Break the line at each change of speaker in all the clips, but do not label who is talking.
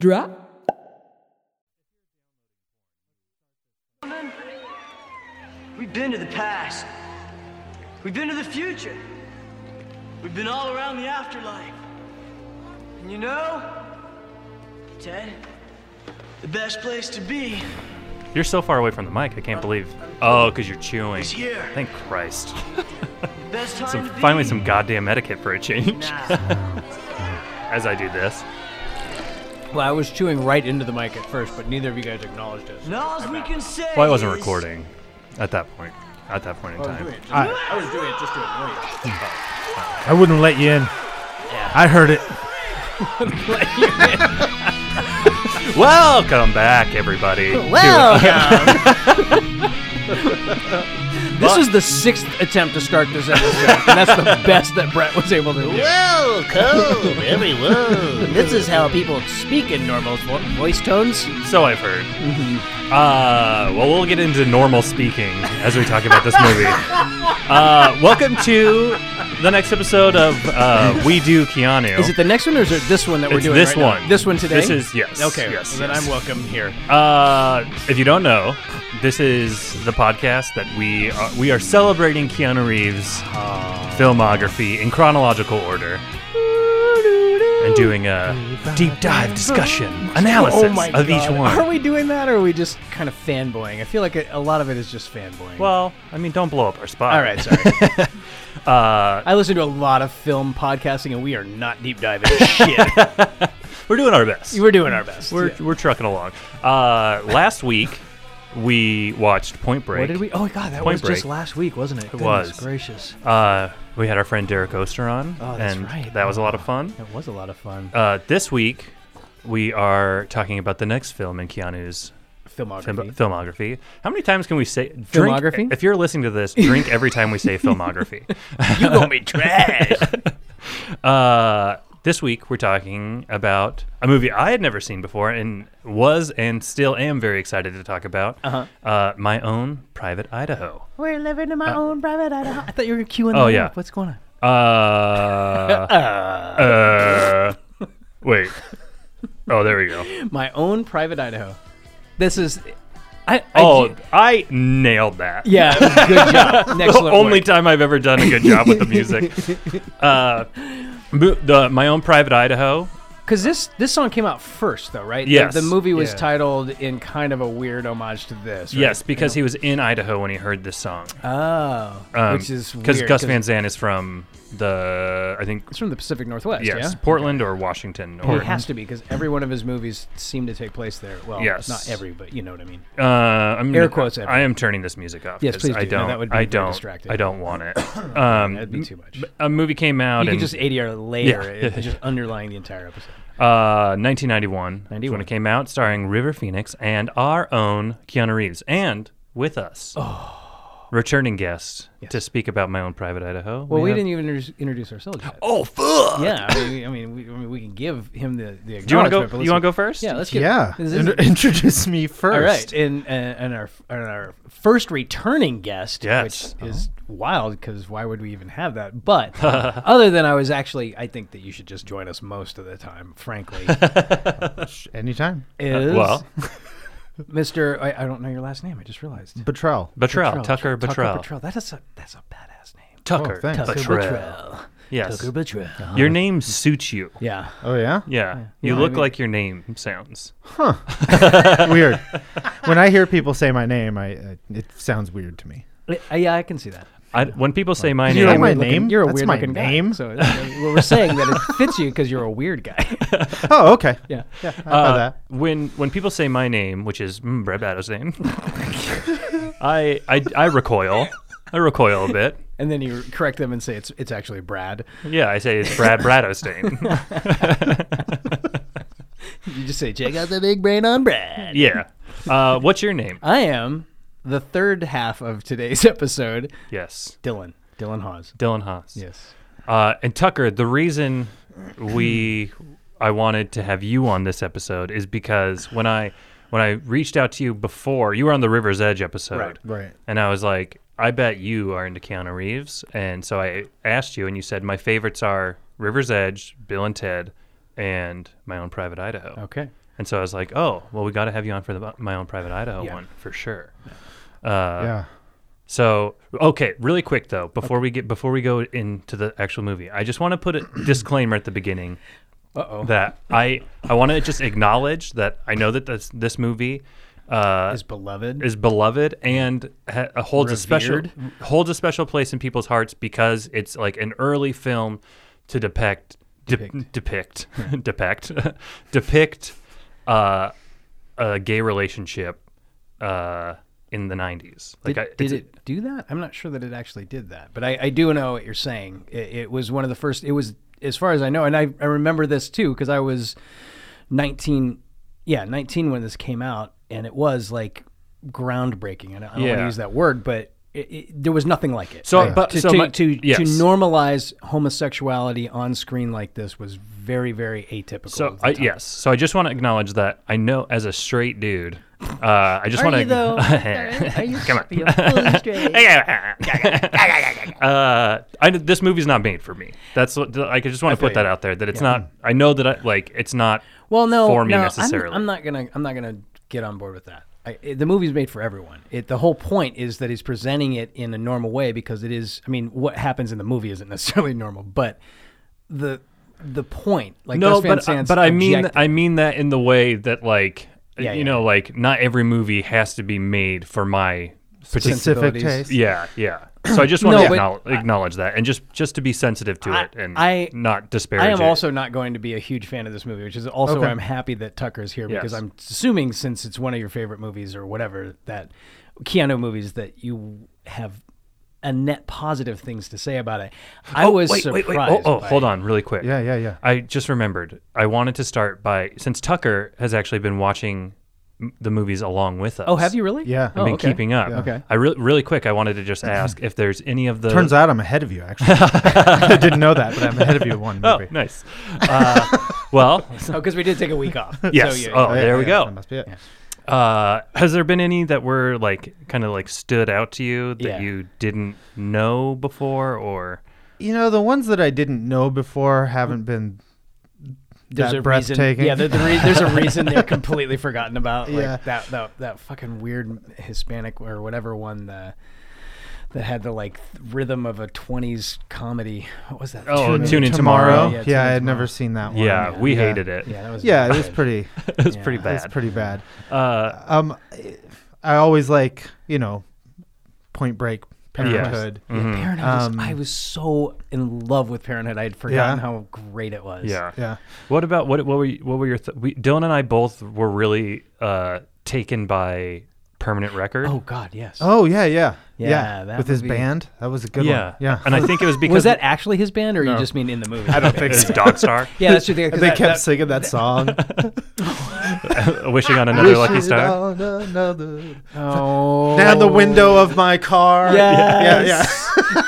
Drop.
We've been to the past. We've been to the future. We've been all around the afterlife. And you know, Ted, the best place to be
You're so far away from the mic, I can't believe. Oh, because you're chewing.
is here.
Thank Christ.
The best time
Some,
to be.
finally, some goddamn etiquette for a change
Nah,
as I do this.
Well, I was chewing right into the mic at first, but neither of you guys acknowledged it.
and all we can say.
Well, I wasn't
is-
recording at that point. At that
Oh,
point in time.
I, was doing it just to annoy
I wouldn't let you in. I heard it.
Welcome back, everybody. to-
This is the sixth attempt to start this episode, and that's the best that Brett was able to do.
Welcome, everyone.
This is how people speak in normal vo- voice tones.
so I've heard.
Mm-hmm.
Uh, well, we'll get into normal speaking as we talk about this movie. Uh, welcome to the next episode of uh, We Do Keanu.
Is it the next one or is it this one that we're
It's
doing?
this
right now?
one.
This one today.
This is- yes,
Okay.
yes,
well, then
yes.
I'm welcome here.
Uh, if you don't know, this is the podcast that we are, we are celebrating Keanu Reeves' filmography in chronological order and doing a deep dive discussion analysis of each one.
Oh Are we doing that, or are we just kind of fanboying? I feel like a, a lot of it is just fanboying.
well, I mean, don't blow up our spot.
all right, sorry.
Uh,
I listen to a lot of film podcasting, and we are not deep diving shit.
we're doing our best.
We're doing our best.
We're,
Yeah.
we're trucking along. Uh, last week, we watched Point Break.
What did we? Oh my god, that
Point
was just
Break.
last week, wasn't it? It
was.
gracious.
Uh, we had our friend Derek Oster on,
Oh, that's
and
right.
that was a lot of fun.
That was a lot of fun.
Uh, this week, we are talking about the next film in Keanu's
Filmography.
film- filmography. How many times can we say drink-
Filmography?
If you're listening to this, drink every time we say filmography.
you gonna be trash.
Uh, this week, we're talking about a movie I had never seen before and was and still am very excited to talk about
Uh-huh.
uh My Own Private Idaho.
We're living in my own private Idaho. I thought you were queuing.
Uh, oh,
that
yeah.
up. What's going on?
Uh, uh, wait. Oh, there we go.
My own private Idaho. This is. I. I
Oh,
keep-
I nailed that.
yeah. Good job. Next
the only time I've ever done a good job with the music. uh, mo- the my own private Idaho.
Because this this song came out first, though, right? The-
Yes.
The, movie was
Yeah.
titled in kind of a weird homage to this. Right?
Yes, because he was in Idaho when he heard this song.
Oh.
Um,
which is
because
weird,
Gus Van Zant is from the I think
It's from the Pacific Northwest.
yes
Yeah.
Portland or Washington
Well,
or
It has to be because every one of his movies seem to take place there. Well,
Yes.
not every, but you know what I mean.
uh, I'm
Air quotes
I am turning this music off.
Yes,
'cause
please
I
do. No,
don't.
that would be
I
very
don't.
distracting.
I don't want it. Um,
That'd be too much.
a movie came out
You
in
could just ADR later,
Yeah.
it- just underlying the entire episode.
uh, 1991. is when
91.
it came out, starring River Phoenix and our own Keanu Reeves, and with us, returning guest to speak about my own private Idaho.
Oh. Well, we,
have-
didn't even introduce, introduce ourselves yet.
Oh fuck!
Yeah, I mean, I mean, we, I mean, we can give him the the.
Do you want to
acknowledgement,
go?
but
You want to go
let's-
first?
Yeah, let's get.
Yeah.
This
In-
is-
introduce me first.
all right, and and and our and our first returning guest,
Yes. Uh-huh.
which is wild because why would we even have that? But other than I was actually, I think that you should just join us most of the time. Frankly,
Anytime.
is
well.
Mister. I, I don't know your last name. I just realized.
Betrayal.
Betrayal, Tucker Betrayal,
Betrell. That is a that's a badass name. Uh-huh.
Tucker
thanks. Tucker
Betrayal. Yes,
Tucker Betrell.
your name suits you.
Yeah.
Oh, yeah?
Yeah, you look like your name sounds.
Weird. when I hear people say my name, I, I it sounds weird to me.
I- yeah, I can see that.
I, when people say my
You know
name,
my
Looking-
name?
You're a
That's
weird
my
looking
name?
guy. So uh, well, we're saying that it fits you because you're a weird guy.
Oh, okay.
yeah.
How about
Uh,
that?
When when people say my name, which is mm, Brad Battle's name, I, I I recoil. I recoil a bit.
And then you correct them and say it's it's actually Brad.
Yeah, I say it's Brad Bradostain.
You just say check out the big brain on Brad.
yeah. Uh, what's your name?
I am the third half of today's episode,
Yes,
Dylan. Dylan Hawes.
Dylan Haas.
Yes.
Uh, and Tucker, the reason we I wanted to have you on this episode is because when I when I reached out to you before, you were on the River's Edge episode,
Right,
right.
And I was like, I bet you are into Keanu Reeves, and so I asked you, and you said my favorites are River's Edge, Bill and Ted, and My Own Private Idaho.
Okay.
And so I was like, oh, well, we got to have you on for the my own private Idaho
Yeah.
one for sure.
yeah.
So okay, really quick though, before we get before we go into the actual movie, I just want to put a disclaimer at the beginning
Uh-oh.
that I I want to just acknowledge that I know that this this movie uh,
Is beloved.
is beloved and ha- uh, holds a special
Revered.
holds a special place in people's hearts because it's like an early film to depict de- depict depict depict depict uh, a gay relationship uh, in the 90s.
Did,
I,
did
it's-
it do that? I'm not sure that it actually did that, but I, I do know what you're saying. It, it was one of the first. It was, as far as I know, and I, I remember this too because I was 19, yeah, 19 when this came out, and it was like groundbreaking. And I don't want
Yeah.
to use that word, but it, it, there was nothing like it.
So,
Right.
but-
to
so
to,
my-
to,
yes.
to normalize homosexuality on screen like this was very very atypical.
So
of the
I,
time.
yes, so I just want to acknowledge that I know as a straight dude, uh, I just
Are
want
you, though?
to.
you
Come on.
you're fully straight?
uh, I, this movie's not made for me. That's what I could- just want to put
you.
that out there. That it's not. I know that I like. It's not.
well no
for me
no, I'm-
necessarily.
I'm, not gonna i'm not gonna get on board with that I, it- the movie's made for everyone it, the whole point is that he's presenting it in a normal way because it is i mean what happens in the movie isn't necessarily normal but the the point like
no,
those Van
but,
Sant's
but I mean
objective-
I mean that in the way that like
Yeah,
you
yeah.
know like not every movie has to be made for my particular.
Specific
Sensibilities.
taste.
Yeah, yeah. So I just want
No,
to
but-
acknowledge, acknowledge that and just just to be sensitive to
I-
it and
I-
not disparage.
I am
it.
also not going to be a huge fan of this movie, which is also
Okay.
why I'm happy that Tucker's here because
Yes.
I'm assuming since it's one of your favorite movies or whatever that Keanu movies that you have a net positive things to say about it. I
Oh,
was
wait,
surprised.
wait, wait. Oh, oh
by
hold on, really quick.
Yeah, yeah, yeah.
I just remembered. I wanted to start by since Tucker has actually been watching m- the movies along with us.
Oh, have you really?
Yeah.
oh,
I've been
okay.
keeping up.
Yeah.
Okay.
I re- really quick. I wanted to just ask if there's any of the
Turns out I'm ahead of you, actually. I didn't know that, but I'm ahead of you in one
Oh,
movie.
nice. Uh, well,
Oh, because we did take a week off.
yes.
So, yeah,
oh,
Yeah,
there we
yeah,
go.
That must be it.
Uh, has there been any that were like kind of like stood out to you that
Yeah.
you didn't know before or?
You know, the ones that I didn't know before haven't been
there's
that
a
breathtaking.
Reason, yeah, there- the re- there's a reason they're completely forgotten about. Like
Yeah.
that, that that fucking weird Hispanic or whatever one the, that had the like rhythm of a 20s comedy. What was that?
Oh,
Tune-
Tune In
tomorrow.
Tomorrow.
Yeah,
Yeah, Tune
I
In
had
Tomorrow.
never seen that one.
Yeah, we
yeah.
hated it.
Yeah, that was
Yeah, it
bad.
was pretty.
it was pretty
It was
bad.
pretty bad.
uh,
Um, I always like you know, Point Break, Parenthood.
Mm.
Yeah, Parenthood. was-
Um,
I was so in love with Parenthood. I had forgotten
Yeah.
how great it was.
Yeah.
Yeah.
What about what? What were you, what were your? Th- we, Dylan and I both were really uh, taken by Permanent Record.
Oh God, yes.
Oh yeah, yeah,
Yeah,
yeah.
that
With his
would be-
band, that was a good
yeah,
one. Yeah,
And I think it was because
was that actually his band, or you
No.
just mean in the movie?
I don't think
it's
so.
Dog Star
Yeah, that's true. They
They kept singing that song.
wishing on another lucky
Wishing
star.
on another-
Oh.
Down the window of my car. Yeah,
Yes.
yeah.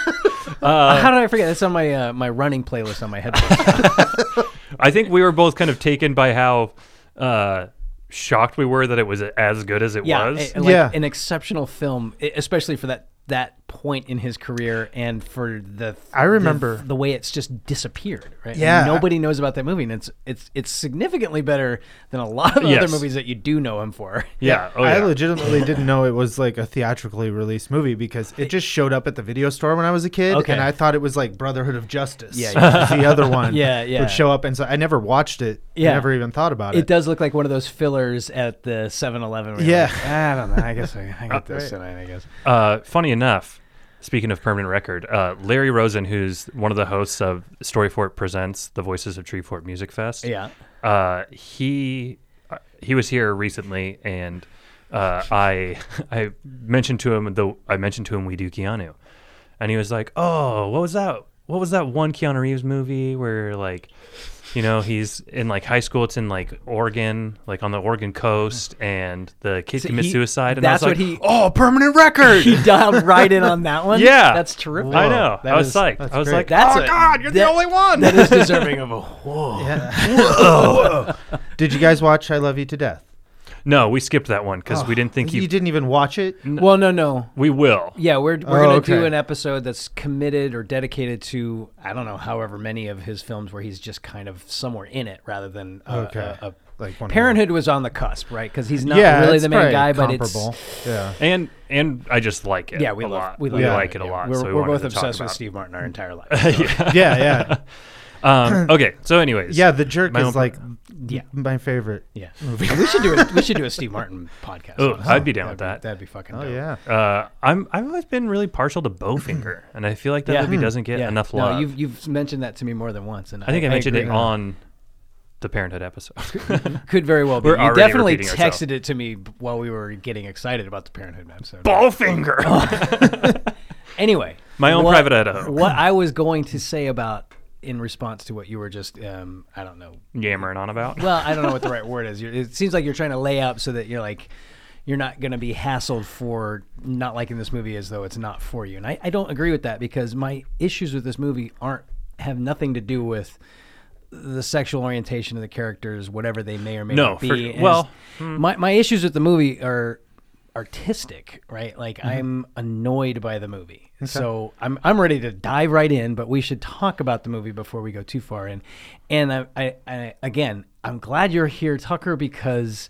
How did I forget? That's on my uh, my running playlist on my headphones.
I think we were both kind of taken by how uh, shocked we were that it was as good as it
yeah,
was.
a- like
Yeah.
an exceptional film, e- especially for that that point in his career and for the
I remember-
the, the way it's just disappeared. Right? And
Yeah.
nobody knows about that movie, and it's it's it's significantly better than a lot of other
Yes.
movies that you do know him for.
yeah. Oh,
I
yeah.
legitimately didn't know it was like a theatrically released movie because it just showed up at the video store when I was a kid,
Okay.
and I thought it was like Brotherhood of Justice.
Yeah,
which is the other one.
Yeah, yeah.
Would show up, and so I never watched it.
Yeah.
never even thought about it.
It does look like one of those fillers at the 7-Eleven. where you're
Yeah.
like, I don't know. I guess I, I get this tonight. I guess.
Uh, funny enough, speaking of permanent record, uh, Larry Rosen, who's one of the hosts of Storyfort Presents, the Voices of Treefort Music Fest.
Yeah.
Uh, he uh, he was here recently, and uh, I I mentioned to him the I mentioned to him we do Keanu, and he was like, "Oh, what was that? What was that one Keanu Reeves movie where like." You know, he's in like high school. It's in like Oregon, like on the Oregon coast, and the kid
So
commits
he-
suicide. And
that's
I was
what he-
like,
oh, permanent record.
He dialed right in on that one.
Yeah,
That's terrific.
I know.
That
I was,
was-
psyched.
that's
I was
great.
like,
That's
"Oh
a-
God, you're
that-
the only one."
That is deserving of a whoa.
Yeah. Did you guys watch I Love You to Death?
No, we skipped that one because we didn't think
you
you.
didn't even watch it.
Well, no, no.
We will.
Oh, Yeah, we're we're
Oh,
gonna do
okay.
an episode that's committed or dedicated to I don't know, however many of his films where he's just kind of somewhere in it rather than uh,
Okay.
uh, uh,
Like one of
Parenthood was on the cusp, right? Because he's not
yeah,
really
it's
the main
probably
guy, but
comparable.
it's
yeah.
And and I just like it.
yeah, we
a
love
lot.
we love
We
it.
like it a
Yeah.
lot.
We're,
so we
we're
wanted
both
to talk
obsessed with
about
Steve Martin our entire lives. so-
yeah, yeah,
it. Um, okay, so anyways,
yeah. The jerk
My own
is like
Yeah.
my favorite.
Yeah, we should do a, we should do a Steve Martin podcast.
Oh,
honestly.
I'd be down with
That'd
that.
Be, that'd be fucking.
Oh
dope.
yeah,
uh, I'm I've always been really partial to Bowfinger, and I feel like that
Yeah.
Hmm.
movie doesn't get
Yeah.
enough
no,
love.
you've you've mentioned that to me more than once, and
I think I, mentioned it
agree.
on the Parenthood episode.
Could very well be.
We're
you
already
definitely
repeating
texted
ourselves.
it to me b- while we were getting excited about the Parenthood episode.
Bowfinger,
Anyway,
my own
what-
private uh, Idaho.
What I was going to say about in response to what you were just, um, I don't know.
Yammering on about.
Well, I don't know what the right word is. You're, it seems like you're trying to lay up so that you're like. You're not going to be hassled for not liking this movie as though it's not for you. And I, I don't agree with that because my issues with this movie aren't have nothing to do with the sexual orientation of the characters, whatever they may or may
No,
not be.
for-
And
well, hmm.
it's- my my issues with the movie are artistic, right? Like
Mm-hmm.
I'm annoyed by the movie, so I'm I'm ready to dive right in. But we should talk about the movie before we go too far in. And I, I, I again, I'm glad you're here, Tucker, because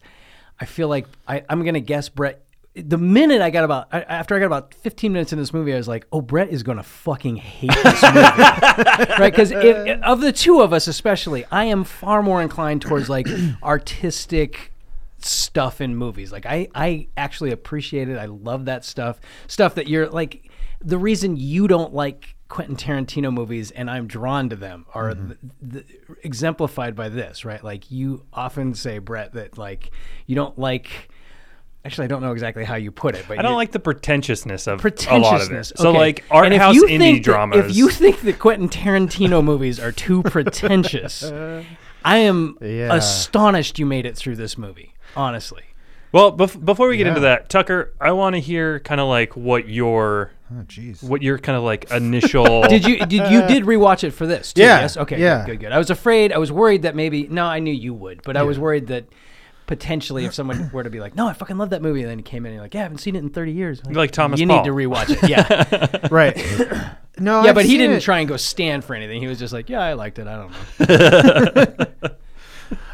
I feel like I, I'm gonna guess Brett. The minute I got about I- after I got about 15 minutes in this movie, I was like, "Oh, Brett is gonna fucking hate this movie." right? Because of the two of us, especially, I am far more inclined towards like artistic stuff in movies. Like I, I actually appreciate it. I love that stuff. Stuff that you're like, the reason you don't like Quentin Tarantino movies and I'm drawn to them are th- th- exemplified by this, right? Like you often say, Brett, that like you don't like. Actually, I don't know exactly how you put it, but
I don't
you,
like the pretentiousness of a lot of it.
pretentiousness.
So
okay.
like art
And if
house
you
indie
think that-
dramas.
If you think that Quentin Tarantino movies are too pretentious, I am
Yeah.
astonished you made it through this movie. Honestly,
well, bef- before we get into
Yeah.
that, Tucker, I want to hear kind of like what your
Oh, jeez.
what your kind of like initial.
did you did you did rewatch it for this? Too,
Yeah,
Yes. Okay.
yeah.
Good, good. Good. I was afraid. I was worried that maybe. No, I knew you would, but I was worried that potentially if someone were to be like, "No, I fucking love that movie," and then he came in and you're like, "Yeah, I haven't seen it in 30 years." I'm
Like Thomas
You
Paul.
need to rewatch it. Yeah.
Right. No.
yeah,
I've
but he
seen
didn't
it.
try and go stand for anything. He was just like, "Yeah, I liked it. I don't know."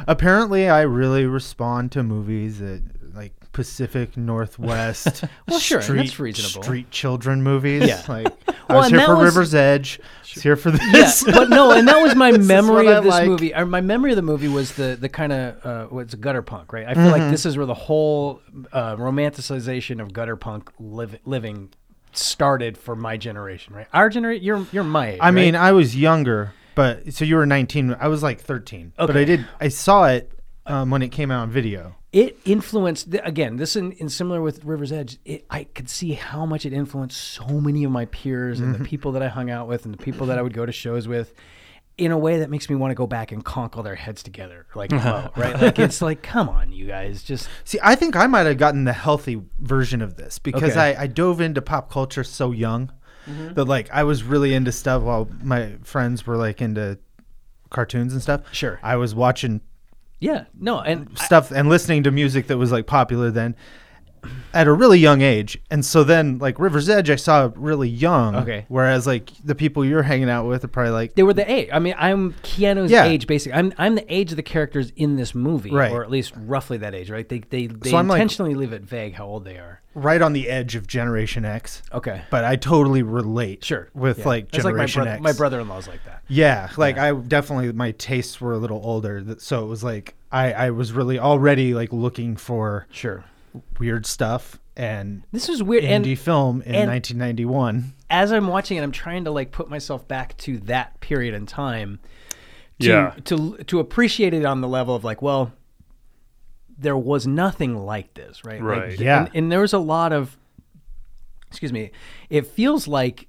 Apparently, I really respond to movies that like Pacific Northwest.
Well, sure, that's
street,
reasonable.
Street children movies.
Yeah.
Like I
Well,
was
and
here
that
for
was-
River's Edge. I was here for
yeah,
this.
but no, and that was my
is
memory
what
of
I
this
like.
movie. Or my memory of the movie was the the kind of uh, what's gutter punk, right? I feel
Mm-hmm.
like this is where the whole uh, romanticization of gutter punk liv- living started for my generation, right? Our generation, you're you're my age.
I mean, I was younger, but so you were 19. I was like 13. But
Okay.
I did. I saw it um, when it came out on video.
it influenced th- again this in, in similar with river's edge it, i could see how much it influenced so many of my peers and
Mm-hmm.
the people that i hung out with and the people that i would go to shows with in a way that makes me want to go back and conk all their heads together like
Uh-huh.
whoa, right like it's like come on you guys just
See, I think I might have gotten the healthy version of this because
Okay. Mm-hmm.
I, I dove into pop culture so young that like I was really into stuff while my friends were like into cartoons and stuff.
Sure.
I was watching
yeah no and I-
stuff and listening to music that was like popular then at a really young age. And so then like River's Edge I saw really young.
Okay.
Whereas like the people you're hanging out with are probably like
they were the age. I mean, I'm Keanu's
Yeah.
age, basically. I'm I'm the age of the characters in this movie,
Right.
or at least roughly that age, right? They they, they
So I'm like-
intentionally leave it vague how old they are.
right on the edge of Generation X.
Okay,
But I totally relate
sure.
with
Yeah.
like
That's like my,
Generation
bro-
X.
my brother-in-law's like that.
Yeah, like I definitely my tastes were a little older, th- so it was like I I was really already like looking for
Sure.
weird stuff and
This is weird.
indie
And
film in
and-
1991.
as I'm watching it, I'm trying to like put myself back to that period in time. To,
Yeah.
To to appreciate it on the level of like, well, there was nothing like this, right? Like,
Right.
th-
Yeah.
And, and there was a lot of, excuse me, it feels like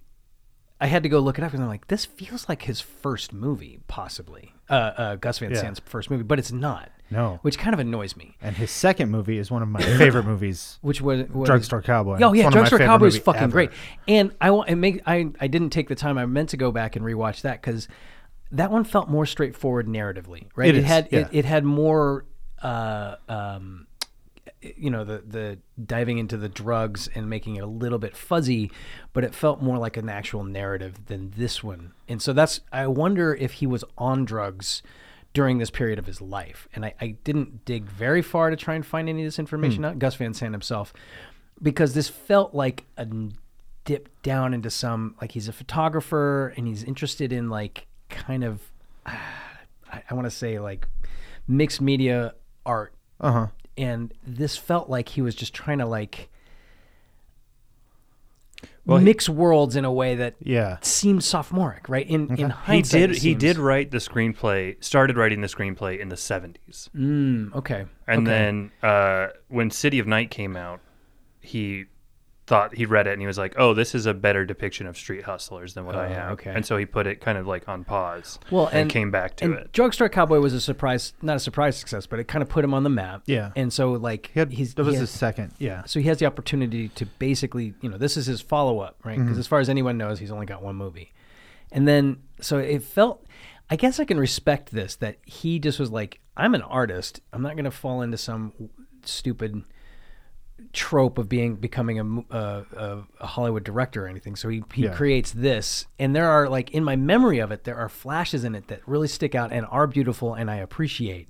I had to go look it up because I'm like, this feels like his first movie, possibly. Uh, uh, Gus Van Sant's first movie, but it's not.
No.
Which kind of annoys me.
And his second movie is one of my favorite movies.
Which was, was
Drugstore Cowboy.
Oh yeah,
It's one of my
Drugstore
favorite
Cowboy is
movie
fucking
ever.
great. And I want it make I I didn't take the time I meant to go back and rewatch that because that one felt more straightforward narratively, right?
It
it
is,
had
yeah.
it, it had more uh, um, you know the the diving into the drugs and making it a little bit fuzzy, but it felt more like an actual narrative than this one. And so that's I wonder if he was on drugs during this period of his life. And I, I didn't dig very far to try and find any of this information out. Gus Van Sant himself, because this felt like a n- dip down into some like he's a photographer and he's interested in like kind of I, I want to say like mixed media art.
Uh
Uh-huh.
huh.
And this felt like he was just trying to like
Well, he-
mix worlds in a way that
Yeah.
seemed sophomoric, right? In in
He
hindsight,
did.
it
He did
seems-
write the screenplay. Started writing the screenplay in the seventies,
Mm, okay.
and
okay.
then uh, when City of Night came out, he thought he read it and he was like, "Oh, this is a better depiction of street hustlers than what I
Oh,
have."
okay.
And so he put it kind of like on pause.
Well,
and,
and-
came back to
and
it.
Drugstore Cowboy was a surprise, not a surprise success, but it kind of put him on the map.
Yeah.
And so like
He had,
he's
that was
he
his
had-
second. Yeah.
so he has the opportunity to basically, you know, this is his follow up, right? Because as far as anyone knows, he's only got one movie. And then, so it felt, I guess I can respect this that he just was like, I'm an artist. I'm not going to fall into some stupid trope of being becoming a, mo- uh, a, a Hollywood director or anything. So he, he
Yeah.
creates this. And there are, like, in my memory of it, there are flashes in it that really stick out and are beautiful and I appreciate.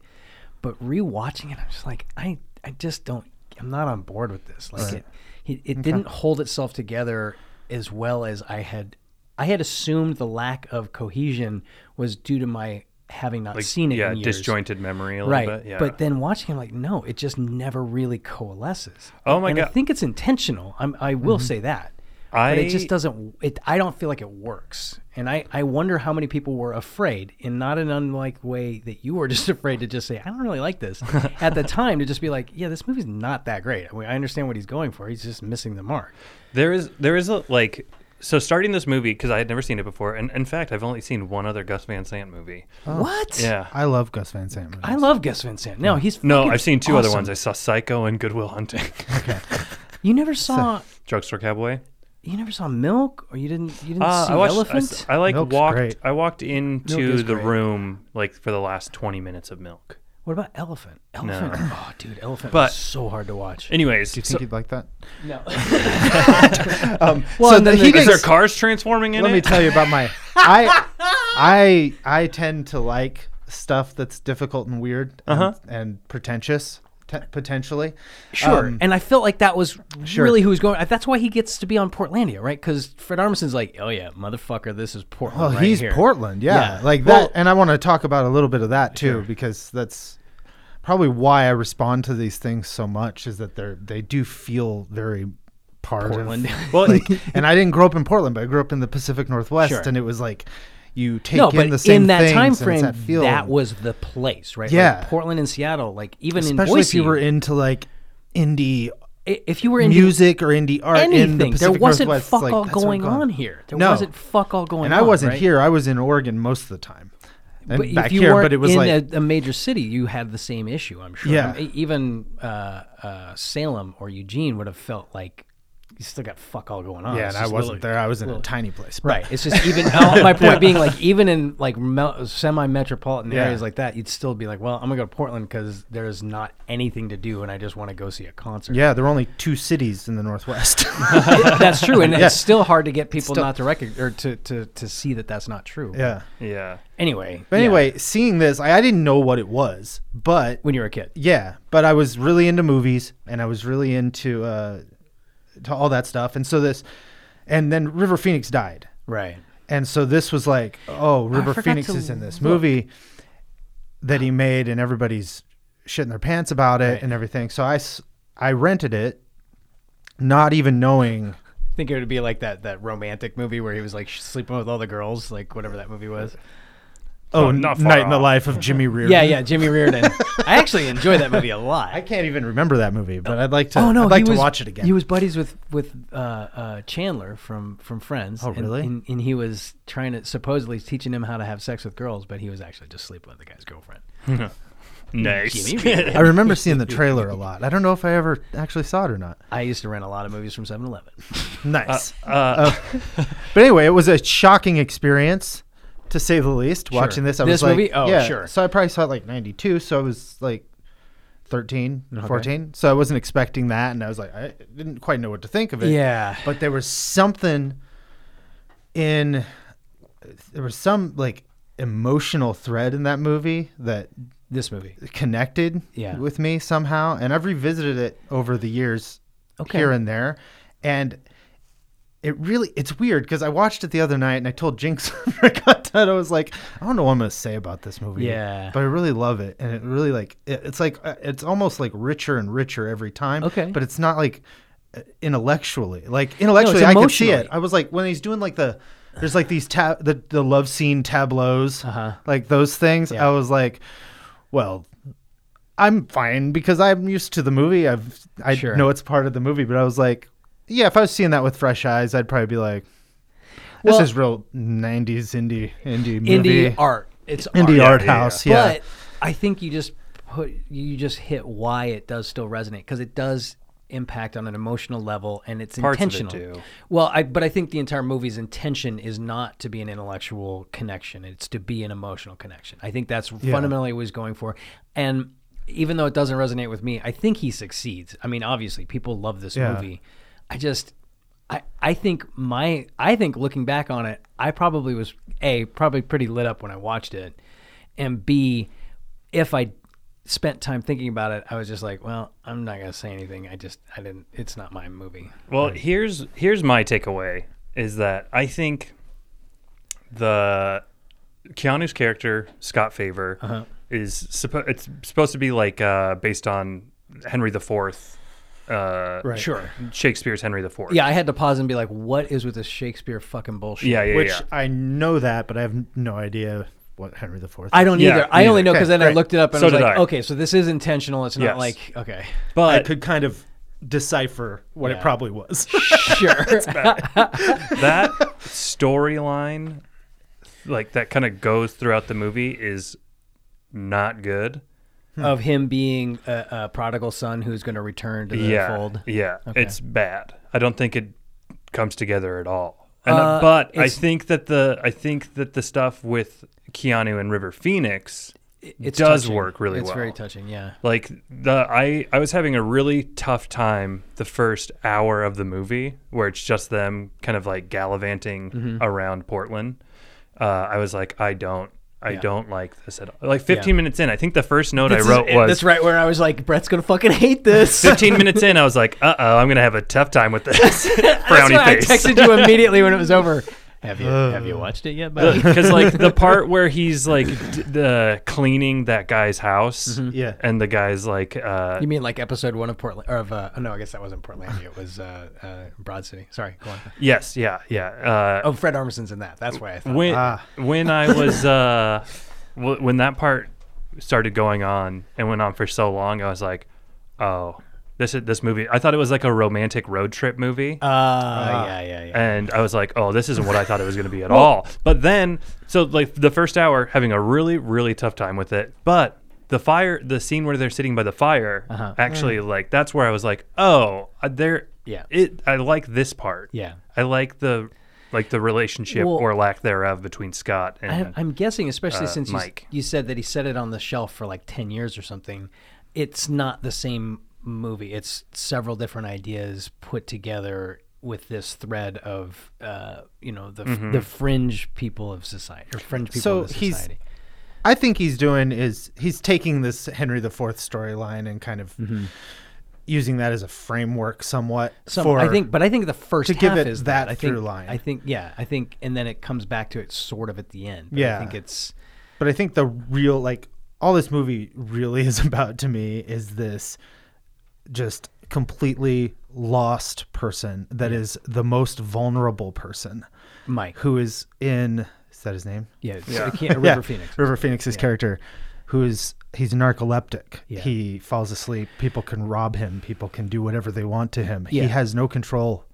But rewatching it, I'm just like, I, I just don't, I'm not on board with this. Like, it, it, it didn't hold itself together as well as I had. I had assumed the lack of cohesion was due to my having not
Like,
seen it
yeah,
in years.
disjointed memory a little
right
bit. Yeah.
but then watching him like no it just never really coalesces
Oh my
and i
God. Mm-hmm.
think it's intentional I'm, i will say that but it
I-
just doesn't it, i don't feel like it works and I, I wonder how many people were afraid in not an unlike way that you were just afraid to just say i don't really like this at the time to just be like yeah this movie's not that great i, mean, I understand what he's going for he's just missing the mark
There is there is a like so starting this movie because I had never seen it before, and in fact I've only seen one other Gus Van Sant movie.
what
Oh. Yeah.
I love Gus Van Sant. movies.
uh, I love Gus Van Sant. No, he's
No,
fucking
I've seen two other
awesome.
ones. I saw Psycho and Goodwill Hunting,
You never saw
Drugstore Cowboy.
you never saw Milk, or you didn't you didn't
Uh,
see
I watched. I
Elephant.
s- I, like
Milk's
walked.
great.
I walked into
is
the
great.
room like for the last twenty minutes of Milk.
What about Elephant? Elephant. Oh, dude, Elephant
But-
was so hard to watch.
Eh,
Anyways,
Do you
so-
think you'd like that?
No.
Well,
and then
he
the-
is
gets-
there cars transforming in
Let
it?
me tell you about my. I, I, I tend to like stuff that's difficult and weird and, and pretentious, te- potentially.
Sure.
Um,
and I felt like that was
Sure.
really who was going. That's why he gets to be on Portlandia, right? Because Fred Armisen's like, oh yeah, motherfucker, this is Portland.
well,
right
Oh, he's
here."
Portland, yeah,
Yeah.
like
Well-
that. And I want to talk about a little bit of that too, because that's probably why I respond to these things so much is that they're they do feel very part
Portland.
of.
Well,
like, and I didn't grow up in Portland, but I grew up in the Pacific Northwest,
Sure.
and it was like you take
No,
in
but
the same
in that
things and
time
it's
frame,
that,
that,
feel.
was the place, right? Like,
Yeah.
Portland and Seattle, like even in
especially
Boise,
if you were into like indie
i- if you were in
music or indie art in the
anything,
Pacific
there wasn't
Northwest,
fuck
like,
all
that's where I'm
going on here. There
No.
wasn't fuck all going on.
And I wasn't
right?
here; I was in Oregon most of the time. And
but
back
if you
here,
weren't
but it was
in
like
a, a major city, you had the same issue. I'm sure.
Yeah.
I mean, even uh, uh, Salem or Eugene would have felt like you still got fuck all going on.
yeah,
It's
and I
just
wasn't
little-
there. I was in a tiny place. but-
Right. It's just even uh, my point being like even in like mel- semi-metropolitan
Yeah.
areas like that, you'd still be like, well, I'm gonna go to Portland because there's not anything to do, and I just want to go see a concert.
Yeah, there were only two cities in the Northwest.
that's true, and
Yeah.
it's still hard to get people
still-
not to recognize or to, to to see that that's not true.
yeah.
yeah.
Anyway.
But
yeah,
anyway, seeing this, I, I didn't know what it was, but
when you were a kid.
yeah, but I was really into movies and I was really into uh, to all that stuff. And so this, and then River Phoenix died.
Right.
And so this was like, oh, River
forgot
Phoenix
to
is in this
look.
movie that he made, and everybody's shitting their pants about it and everything. So I, s- I rented it, not even knowing.
I think it would be like that that romantic movie where he was like sh- sleeping with all the girls, like whatever that movie was.
Oh,
not far
Night in the
off.
Life of Jimmy Reardon.
Yeah, yeah, Jimmy Reardon. I actually enjoy that movie a lot.
I can't even remember that movie, but I'd like to. I'd like to watch it
Oh,
again.
He was buddies with with uh, uh, Chandler from from Friends.
Oh,
and-
really?
And, and, he was trying to supposedly teaching him how to have sex with girls, but he was actually just sleeping with the guy's girlfriend.
Nice.
I remember seeing the trailer a lot. I don't know if I ever actually saw it or not.
I used to rent a lot of movies from 7-Eleven.
Nice.
Uh,
but anyway, it was a shocking experience, to say the least. Watching this, I
This
was like,
movie? Oh,
yeah.
sure.
So I probably saw it like '92. So I was like 13, 14. So I wasn't expecting that. And I was like, I didn't quite know what to think of it.
Yeah.
But there was something in, there was some like emotional thread in that movie that
This movie.
connected
Yeah.
with me somehow. And I've revisited it over the years
Okay.
here and there. And it really it's weird because I watched it the other night and I told Jinx I got that I was like, I don't know what I'm gonna say about this movie.
Yeah.
But I really love it. And it really like it- it's like uh, it's almost like richer and richer every time.
Okay.
But it's not like uh, intellectually. Like intellectually I could see it.
emotionally.
I was like when he's doing like the there's like these ta- the, the love scene tableaus,
Uh-huh.
like those things.
Yeah.
I was like, well, I'm fine because I'm used to the movie. I've I
Sure.
know it's part of the movie, but I was like, yeah, if I was seeing that with fresh eyes, I'd probably be like, this
Well-
is real '90s indie indie movie,
Indie art. It's
indie
art.
art house, yeah.
But I think you just put you just hit why it does still resonate because it does impact on an emotional level and it's
Parts of it
intentional.
do.
Well, I but I think the entire movie's intention is not to be an intellectual connection; it's to be an emotional connection. I think that's fundamentally what he's going for, and even though it doesn't resonate with me, I think he succeeds. I mean, obviously, people love this
Yeah.
movie. I just. I, I think my I think looking back on it, I probably was a probably pretty lit up when I watched it, and b if I spent time thinking about it, I was just like, well, I'm not gonna say anything. I just I didn't. It's not my movie.
Well, here's here's my takeaway is that I think the Keanu's character Scott Favor
Uh-huh.
is supposed it's supposed to be like uh, based on Henry the Fourth, uh,
Sure.
Shakespeare's Henry the Fourth.
Yeah, I had to pause and be like, what is with this Shakespeare fucking bullshit?
yeah, yeah.
which
yeah.
I know that, but I have no idea what Henry the Fourth.
I don't
Yeah,
either. I
neither.
only know because
Okay,
then I
great.
looked it up and
So
I was
did
like,
I.
okay, so this is intentional. It's not
Yes.
like okay,
I
But
could kind of decipher what
Yeah.
it probably was.
sure.
that storyline, like that, kind of goes throughout the movie is not good.
of him being a, a prodigal son who's going to return to the
yeah,
fold.
Yeah, it's bad. I don't think it comes together at all. And, uh, but I
it's-
think that the I think that the stuff with Keanu and River Phoenix
It's
does
touching.
work really
It's
well.
very touching. Yeah.
Like the I I was having a really tough time the first hour of the movie where it's just them kind of like gallivanting
Mm-hmm.
around Portland. Uh, I was like, I don't. I don't like this at all. Like 15 minutes in, I think the first note
This
I
is-
wrote was
that's right where I was like, Brett's going to fucking hate this.
15 minutes in, I was like, uh oh, I'm going to have a tough time with this.
That's
Frowny
why I
face.
texted you immediately when it was over. Have you have you watched it yet, buddy?
Because, like, the part where he's, like, d- the cleaning that guy's house.
Mm-hmm.
Yeah.
And the guy's like, uh,
You mean like episode one of Portland or of uh, no? I guess that wasn't Portland. It was uh, uh, Broad City. Sorry, go on.
yes, yeah, yeah. Uh,
Oh, Fred Armisen's in that. That's why I thought.
when, when I was, uh, w- when that part started going on and went on for so long, I was like, oh, this, is, this movie, I thought it was like a romantic road trip movie.
Uh,
Oh,
yeah, yeah, yeah.
and I was like, "Oh, this isn't what I thought it was going to be at all." But then, so like the first hour, having a really, really tough time with it. But the fire, the scene where they're sitting by the fire,
Uh-huh.
actually, like that's where I was like, "Oh, uh, there,
Mm. Yeah.
it." I like this part.
Yeah.
I like the, like the relationship
Well-
or lack thereof between Scott
I,
and
I'm guessing, especially
uh,
since you, s-
Mike.
you said that he set it on the shelf for like ten years or something. It's not the same movie. It's several different ideas put together with this thread of uh, you know the
Mm-hmm.
f the fringe people of society or fringe people
So
of the
he's-
society.
I think he's doing is he's taking this Henry IV storyline and kind of
Mm-hmm.
using that as a framework somewhat
Some,
for
I think, but I think the first
to give
half
it
is
that
I think,
through line.
I think, yeah, I think, and then it comes back to it sort of at the end. But I
Yeah.
think it's
But I think the real like all this movie really is about to me is this just completely lost person that is the most vulnerable person
Mike.
who is in is that his name?
yeah, it's, I can't, River
Yeah,
Phoenix.
River Phoenix's character who is he's narcoleptic.
Yeah.
He falls asleep, people can rob him, people can do whatever they want to him.
Yeah.
He has no control.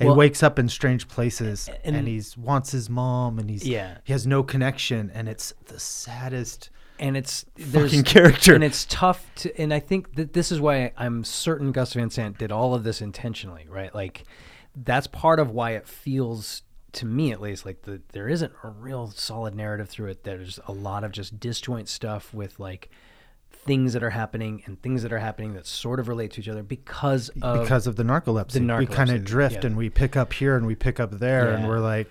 Well-
he wakes up in strange places and,
and-
he's wants his mom and he's
Yeah.
he has no connection and it's the saddest
and it's there's
Fucking character.
and it's tough to and i think that this is why i'm certain gus van sant did all of this intentionally right like that's part of why it feels to me at least like the, there isn't a real solid narrative through it there's a lot of just disjoint stuff with like things that are happening and things that are happening that sort of relate to each other because of
because of the narcolepsy.
the
we kind
narcolepsy,
of drift
yeah.
and we pick up here and we pick up there, and
Yeah.
we're like,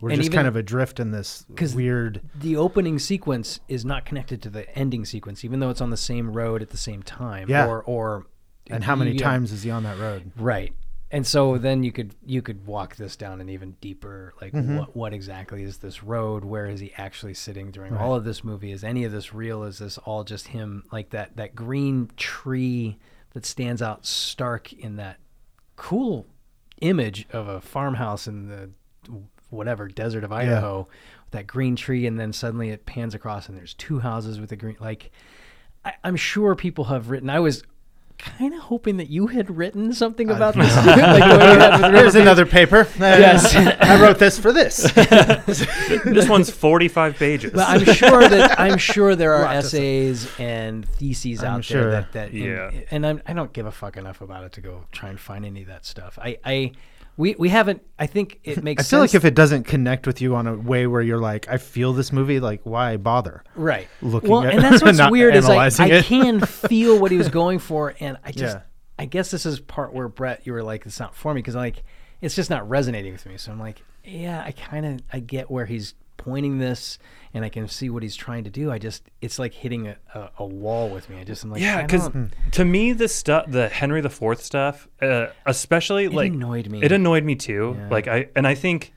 we're
And
just
even-
kind of adrift in this
'Cause-
weird.
the opening sequence is not connected to the ending sequence, even though it's on the same road at the same time.
Yeah.
Or or
And how many
Yeah.
times is he on that road?
Right. And so then you could you could walk this down an even deeper like what what exactly is this road? Where is he actually sitting during all of this movie? Is any of this real? Is this all just him like that that green tree that stands out stark in that cool image of a farmhouse in the whatever desert of Idaho with that green tree and then suddenly it pans across and there's two houses with a green like I, I'm sure people have written I was kind of hoping that you had written something about this like the way you had with
There's another paper.
Yes.
I wrote this for this.
this one's 45 pages.
But I'm sure that I'm sure there are
Lots of stuff.
essays and theses
I'm
out
sure.
there that that
Yeah.
and, and I'm, I don't give a fuck enough about it to go try and find any of that stuff. I I we we haven't. I think it makes.
I feel like
sense-
if it doesn't connect with you on a way where you're like, I feel this movie, like why bother?
right
looking
well,
at-
and that's what's
not
weird is I,
analyzing
I
it.
can feel what he was going for, and I just
Yeah.
I guess this is part where Brett you were like it's not for me because like it's just not resonating with me. So I'm like, yeah, I kind of I get where he's pointing this, and I can see what he's trying to do. I just it's like hitting a, a, a wall with me. I just I'm like
Yeah,
I
because
don't-
to me, the stuff, the Henry the Fourth stuff, uh, especially like
annoyed me.
It annoyed me too. Like I and I think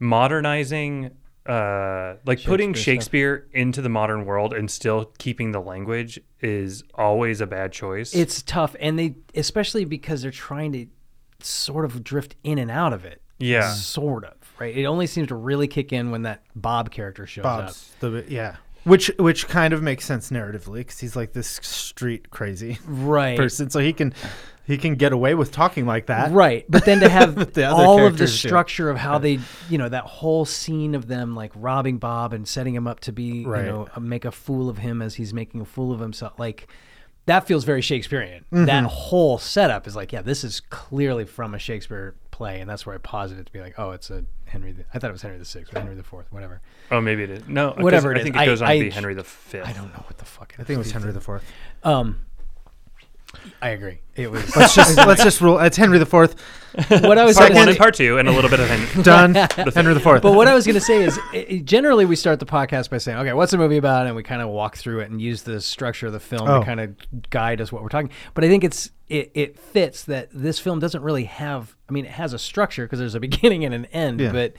modernizing, uh, like putting
Shakespeare stuff.
Shakespeare into the modern world and still keeping the language is always a bad choice.
it's tough, and they especially because they're trying to sort of drift in and out of it.
Yeah.
sort of. Right. It only seems to really kick in when that Bob character shows up.
Bob's the yeah. Which which kind of makes sense narratively because he's like this street crazy
Right.
person, so he can he can get away with talking like that.
Right. But then to have
But the other
all of the
characters do.
structure of how they, you know, that whole scene of them like robbing Bob and setting him up to be, you
Right.
know, uh, make a fool of him as he's making a fool of himself. Like, that feels very Shakespearean. That whole setup is like, yeah, this is clearly from a Shakespeare play. And that's where I paused it to be like, oh, it's a Henry. The, I thought it was Henry the Sixth or Henry the Fourth, whatever.
oh, maybe it is. No, 'cause
Whatever it
I think
is,
it
I-
goes on
I-
to be Henry the Fifth.
I don't know what the fuck it is.
I think it was Henry the Fourth.
Um, I agree. It was
Let's just let's just rule. It's Henry the Fourth.
what I was
Part
gonna
one
say-
and part two, and a little bit of Henry.
Done. Henry the Fourth.
But what I was going to say is, i i- generally, we start the podcast by saying, "Okay, what's the movie about?" and we kind of walk through it and use the structure of the film
Oh.
to kind of guide us what we're talking. But I think it's it, it fits that this film doesn't really have. I mean, it has a structure because there's a beginning and an end,
Yeah.
but.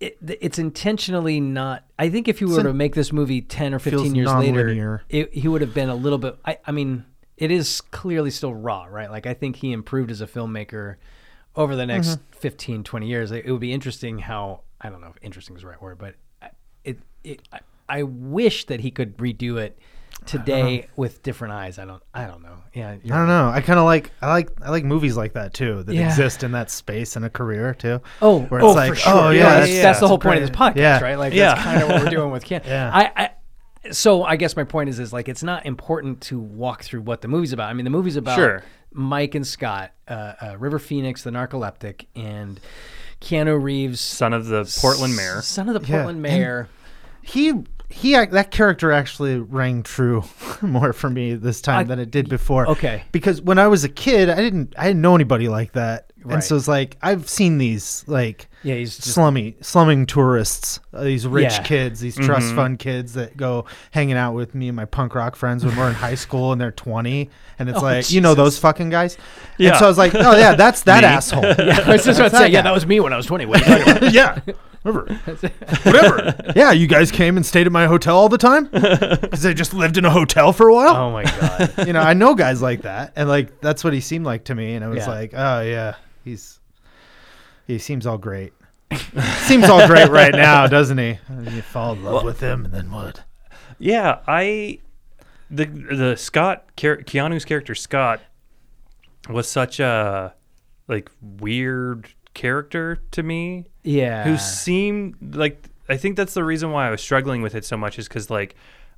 It, it's intentionally not. I think if you were to make this movie ten or fifteen
feels
years later,
non-linear.
it, he would have been a little bit. I, I mean, it is clearly still raw, right? Like, I think he improved as a filmmaker over the next fifteen, twenty 15, 20 years. It, it would be interesting how, I don't know if interesting is the right word, but I- it, it, I, I wish that he could redo it today with different eyes. I don't, I don't know. Yeah.
I don't know. I kind of like I like I like movies like that too that
Yeah.
exist in that space and a career too.
Oh,
where it's
oh,
like,
for sure.
oh yeah,
that's, that's the whole point of this podcast,
yeah.
right? Like,
Yeah.
that's kind of what we're doing with Ken.
Yeah.
I, I, so I guess my point is, is like, it's not important to walk through what the movie's about. I mean, the movie's about
Sure.
Mike and Scott, uh, uh, River Phoenix, the narcoleptic, and Keanu Reeves,
Son of the Portland mayor.
son of the
Yeah.
Portland mayor.
he he ac- that character actually rang true more for me this time
I-
than it did before.
okay.
because when I was a kid, I didn't I didn't know anybody like that,
Right.
and so it's like I've seen these like
yeah, he's just
slummy slumming tourists, uh, these
Yeah.
rich
Mm-hmm.
kids, these trust fund kids that go hanging out with me and my punk rock friends when we're in high school and they're twenty, and
Oh,
it's like you know those fucking guys.
Yeah.
And so I was like, oh yeah, that's that asshole.
Yeah, I was just about to
that
say, yeah,
guy.
that was me when I was 20. What are you talking
yeah. Whatever. Whatever. Yeah, you guys came and stayed at my hotel all the time because I just lived in a hotel for a
about?
while.
oh my God.
You know, I know guys like that, and like that's what he seemed like to me, and I was
Yeah.
like, oh yeah, he's he seems all great. seems all great right now, doesn't he? And you fall in love with him, and then what?
Yeah, I the the Scott char- Keanu's character Scott was such a like weird character to me
Yeah.
who seemed like I think that's the reason why I was struggling with it so much is because like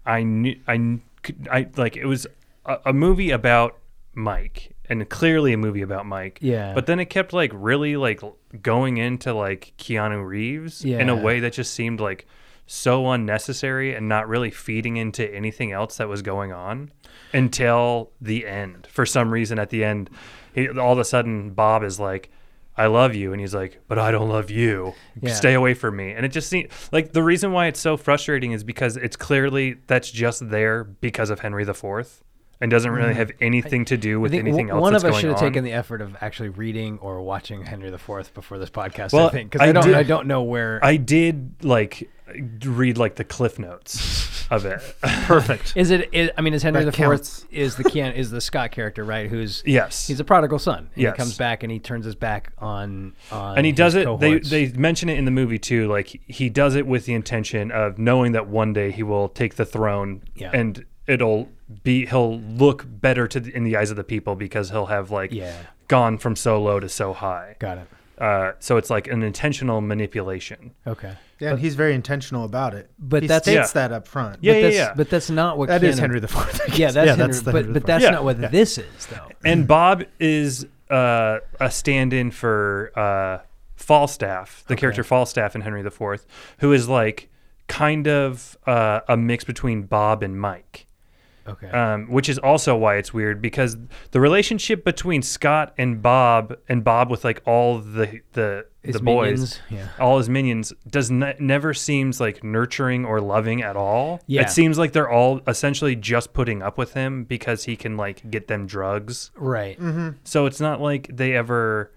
I knew I kn- could- I like it was a, a movie about Mike and clearly a movie about Mike.
Yeah.
But then it kept like really like l- going into like Keanu Reeves in
Yeah.
a way that just seemed like so unnecessary and not really feeding into anything else that was going on until the end. For some reason, at the end, he, all of a sudden, Bob is like, I love you. And he's like, but I don't love you.
Yeah.
Stay away from me. And it just seems like the reason why it's so frustrating is because it's clearly that's just there because of Henry the Fourth and doesn't really have anything to do
Mm. I
with
think
anything
w-
else
one
that's
of us
going
should have
on.
taken the effort of actually reading or watching Henry IV before this podcast.
Well,
I think because
I
I don't,
did-
I don't know where.
I did like read like the cliff notes of it.
Perfect.
Is it? Is, I mean, is Henry
That
IV
counts.
is the Keanu, is the Scott character right? Who's
yes.
he's a prodigal son. And
Yes.
He comes back and he turns his back on on
and he does
his
it they,
cohorts.
they mention it in the movie too like he does it with the intention of knowing that one day he will take the throne
Yeah.
and it'll be he'll look better to the, in the eyes of the people because he'll have like
Yeah.
gone from so low to so high
got it.
uh, so it's like an intentional manipulation
Okay.
Yeah, and he's very intentional about it.
But
he
that's-
states
Yeah.
that up front.
Yeah,
but
yeah,
that's,
yeah.
But that's not what
that
Keanu,
is Henry the Fourth. I
Yeah,
guess.
that's Henry.
the
but but
Henry the Fourth.
that's
Yeah.
not what this is though.
and bob is uh, a stand-in for uh, falstaff the character falstaff in henry iv who is like kind of uh, a mix between bob and mike
Okay.
um, which is also why it's weird because the relationship between Scott and Bob and Bob with like all the the
His
the boys,
minions, yeah.
all his minions, does ne- never seems like nurturing or loving at all.
Yeah.
It seems like they're all essentially just putting up with him because he can like get them drugs.
right.
So it's not like they ever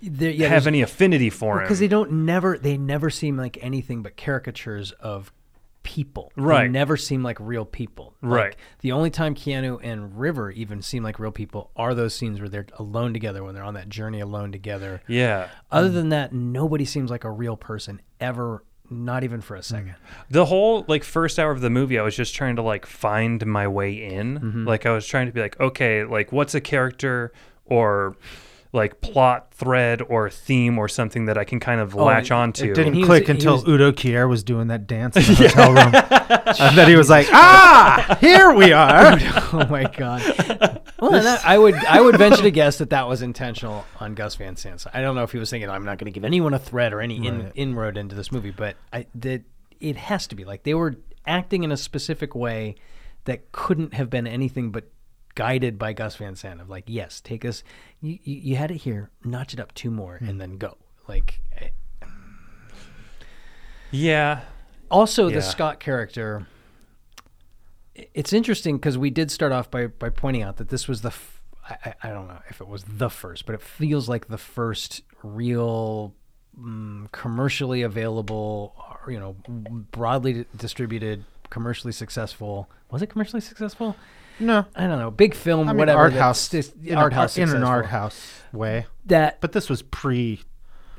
There, yeah,
have
there's-
any affinity for him.
because they don't never they never seem like anything but caricatures of people they
Right.
never seem like real people Like,
Right.
the only time keanu and river even seem like real people are those scenes where they're alone together when they're on that journey alone together
yeah.
other than that nobody seems like a real person ever not even for a second
the whole like first hour of the movie i was just trying to like find my way in like i was trying to be like okay like what's a character or like plot thread or theme or something that i can kind of latch
it-
on
It
to
didn't
he was-
click
he
until
was-
Udo Kier was doing that dance in the hotel room. and then he was like, ah, here we are.
oh my god well and that, i would i would venture to guess that that was intentional on gus van sant i don't know if he was thinking i'm not going to give anyone a thread or any in, inroad into this movie but i that it has to be like they were acting in a specific way that couldn't have been anything but guided by gus van sant of like yes take us you, you, you had it here notch it up two more and then go like eh, I-
yeah
also
Yeah.
the Scott character. i- It's interesting because we did start off by by pointing out that this was the f- I, I- I don't know if it was the first, but it feels like the first real mm, commercially available, or, you know, broadly di- distributed, commercially successful. Was it commercially successful?
No.
I don't know. Big film,
I mean,
whatever.
art
that's
house,
just-
in a-
art house
in an
successful.
art house way.
That,
But this was pre.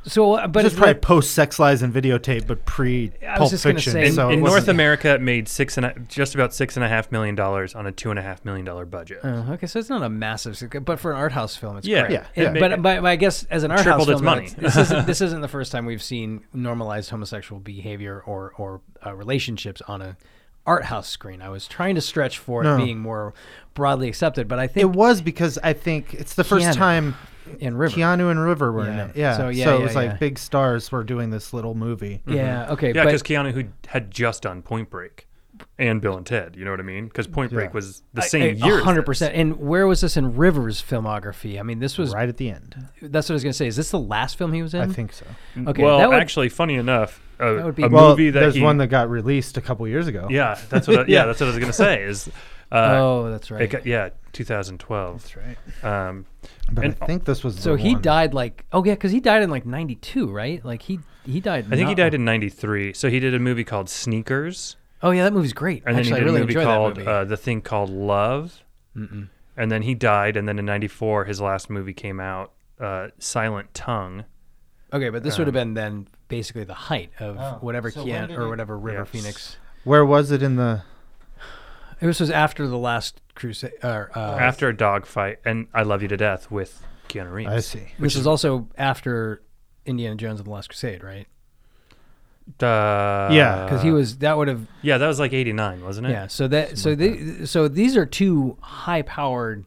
so, uh, but
This
it-
was probably post Sex Lies and Videotape, but pre
I was
Pulp
just gonna
Fiction.
say-
in,
so it
in
wasn't-
north america it made six and a, just about six and a half million dollars on a two and a half million dollar budget
Uh, okay, so it's not a massive, success, but for an art house film, it's
Yeah,
great.
yeah,
It-
yeah.
But, but, but I guess as an art house
Tripled
film,
its money.
it's- This, isn't, this isn't the first time we've seen normalized homosexual behavior or or uh, relationships on a art house screen. I was trying to stretch for it being more broadly accepted, but I
It
think
was because I think it's the first
Keanu.
time
in River,
Keanu and River were in
Yeah.
it.
So,
Yeah. So,
yeah,
it
yeah,
was
yeah.
like big stars were doing this little movie.
yeah, okay, but-
yeah because keanu who had just done point break and bill and ted you know what i mean because point break was the same
A- a
year as this.
hundred percent. And where was this in Rivers' filmography? I mean, this was
Right at the end.
that's what I was gonna say. Is this the last film he was in?
I think so.
Okay,
well
that would-
actually funny enough a,
would be-
a
Well,
movie that
there's
he,
one that got released a couple years ago.
Yeah, that's what. I, yeah, that's what I was gonna say. Is uh,
oh, that's
it
right.
got- yeah, 2012.
Right.
Um,
But
And-
I think this was
So
the
he
one.
died like oh yeah, because he died in like '92, right? Like he he died.
I think he died in '93. So he did a movie called Sneakers,
Oh yeah, that movie's great. Actually,
and then he did
I really
a movie
enjoy
called
that movie.
Uh, the thing called Love, and then he died. And then in '94, his last movie came out, uh, Silent Tongue.
okay, but this would have been
Um,
then basically the height of
Oh,
whatever Keanu or whatever River
Yes.
Phoenix.
Where was it in the?
This was after the last Crusade. Or, uh,
After a dogfight, and I Love You to Death with Keanu Reeves.
I see.
this was also after Indiana Jones and the Last Crusade, right?
Uh,
Yeah,
Because he was that would have
yeah, that was like '89, wasn't it?
yeah. So that so the so these are two high powered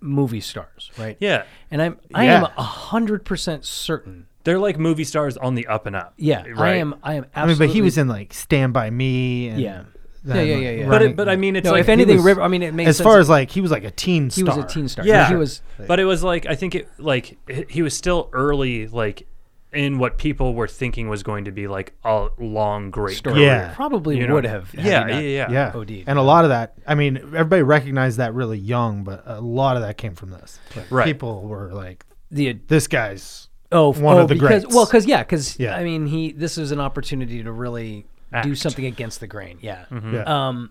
movie stars, right?
Yeah.
And I'm I am
Yeah.
a hundred percent certain
They're like movie stars on the up and up.
Yeah,
right.
I am. I am
I mean,
absolutely.
but he was in like Stand by Me. And
Yeah.
then,
Yeah, yeah,
like,
yeah, yeah.
But
Running-
it, but I mean, it's
No,
like
if anything,
he was-
River. I mean, it makes
as
sense.
far as like he was like a teen
he
star.
was a teen star.
Yeah,
he was.
But it was like I think it like h- he was still early, like in what people were thinking was going to be like a long great
Story.
career.
Yeah.
Probably
You know?
would have. had
Yeah,
he
yeah,
not-
yeah,
Yeah.
OD'd,
And a lot of that, I mean, everybody recognized that really young, but a lot of that came from this. Like,
Right.
People were like,
The
this guy's
oh,
one
oh,
of the
because,
greats.
Well, because yeah, because
Yeah.
I mean, he. This was an opportunity to really do
Act.
something against the grain. Yeah.
Mm-hmm.
yeah.
Um,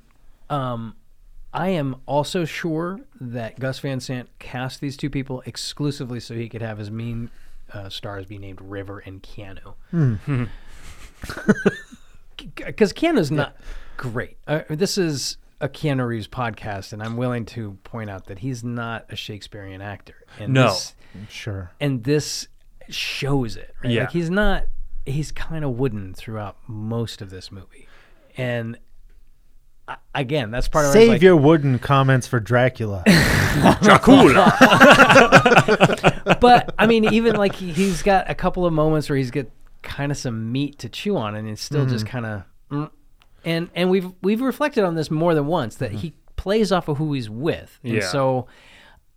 um, I am also sure that Gus Van Sant cast these two people exclusively so he could have his mean uh, stars be named River and Keanu. Because Keanu's not great. Uh, this is a Keanu Reeves podcast, and I'm willing to point out that he's not a Shakespearean actor. And
No.
this-
sure.
and this shows it. Right?
Yeah.
Like he's not he's kind of wooden throughout most of this movie. And I, again, that's part of
Save
it. Like,
your wooden comments for Dracula.
Dracula.
but I mean, even like he, he's got a couple of moments where he's got kind of some meat to chew on, and it's still just kind of. Mm. And and we've we've reflected on this more than once that he plays off of who he's with, and
Yeah.
so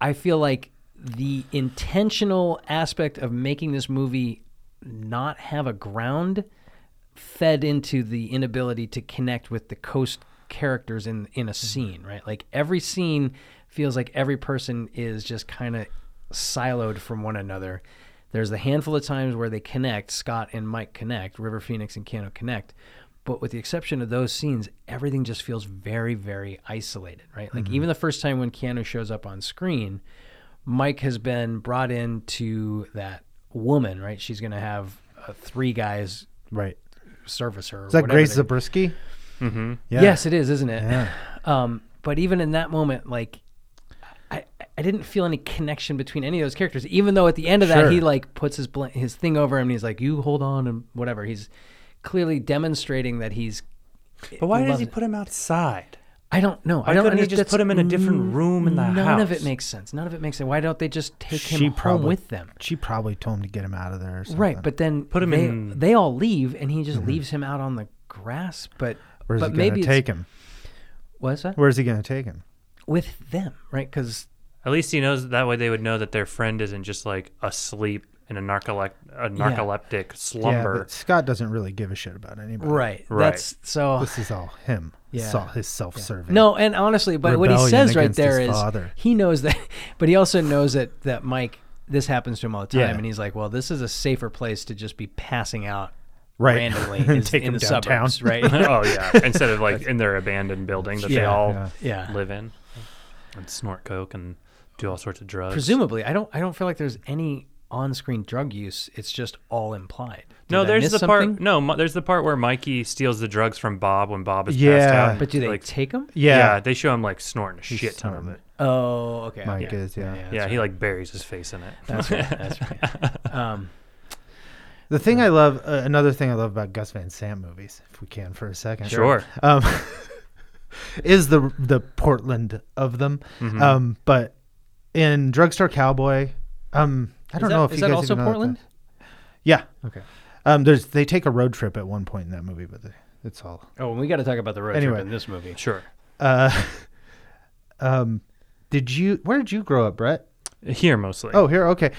I feel like the intentional aspect of making this movie not have a ground fed into the inability to connect with the coast characters in in a scene, right? Like every scene feels like every person is just kind of siloed from one another. There's a handful of times where they connect, Scott and Mike connect, River Phoenix and Kano connect. But with the exception of those scenes, everything just feels very, very isolated, right?
Mm-hmm.
Like even the first time when Keanu shows up on screen, Mike has been brought in to that woman, right? She's going to have uh, three guys
right.
service her.
Is that Grace Zabriskie?
Mm-hmm.
Yeah.
Yes, it is, isn't it? Um, but even in that moment, like, I, I didn't feel any connection between any of those characters. Even though at the end of
Sure.
that, he like puts his bl- his thing over him and he's like, "You hold on" and whatever. He's clearly demonstrating that he's.
but why does
loves
he
it.
put him outside?
I don't know. I
Why
don't
couldn't he
under-
just
that's-
put him in a different room in the
None
house?
of it makes sense. None of it makes sense. Why don't they just take him home with them?
She probably told him to get him out of there. Or something.
Right, but then
Put him
they,
in- Mm-hmm.
They all leave, and he just leaves him out on the grass. But
where's
but
he
maybe
gonna
it's-
take him?
What's that?
Where's he gonna take him?
with them, right? Because
At least he knows that way they would know that their friend isn't just like asleep in a, narcolec- a narcoleptic
Yeah,
slumber.
but Scott doesn't really give a shit about anybody.
right,
Right.
That's so.
This is all him.
Yeah.
It's all his self-serving.
No, and honestly, but what he
Rebellion
says right
against
there
his
is
father.
he knows that, but he also knows that that Mike. This happens to him all the time,
Yeah.
and he's like, "Well, this is a safer place to just be passing out
Right.
randomly
And
in,
take
in
him
the
downtown.
suburbs, right?"
oh yeah, instead of like in their abandoned building that they
Yeah,
all
yeah.
yeah.
live in and snort coke and do all sorts of drugs.
Presumably, I don't. I don't feel like there's any on-screen drug use. It's just all implied. Did
no,
I
there's
miss
the
something?
part. No, Mi- there's the part where Mikey steals the drugs from Bob when Bob is passed
Yeah.
out.
But do they
like,
take them?
Yeah.
they show him like snorting a shit ton of
snorting
it.
Oh, okay.
Mike
okay.
is, yeah.
Yeah, he like buries his face in it.
that's right. That's right. That's right. Um,
The thing I love, uh, another thing I love about Gus Van Sant movies, if we can for a second,
Sure.
um, is the the Portland of them.
Mm-hmm.
Um, but in Drugstore Cowboy, um, I don't
is that,
know if
is
you
that
guys
also
even know that
Portland?
that- yeah,
Okay.
um, there's they take a road trip at one point in that movie, but they, it's all
Oh, and we got to talk about the road
Anyway.
trip in this movie.
Sure.
Uh, um, did you? Where did you grow up, Brett?
Here mostly.
Oh, here. Okay.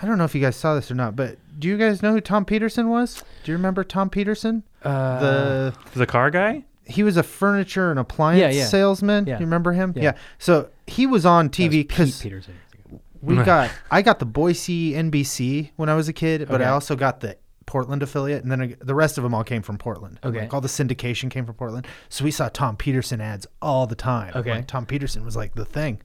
I don't know if you guys saw this or not, but do you guys know who Tom Peterson was? Do you remember Tom Peterson? Uh, the
the car guy.
he was a furniture and appliance
Yeah, yeah.
salesman.
Yeah.
You remember him?
Yeah.
So he was on
That was
TV
Pete
because
Peterson.
we got I got the Boise NBC when I was a kid, but I
Okay.
also got the Portland affiliate, and then I, the rest of them all came from Portland.
Okay.
like all the syndication came from Portland, so we saw Tom Peterson ads all the time.
Okay.
Like, Tom Peterson was like the thing,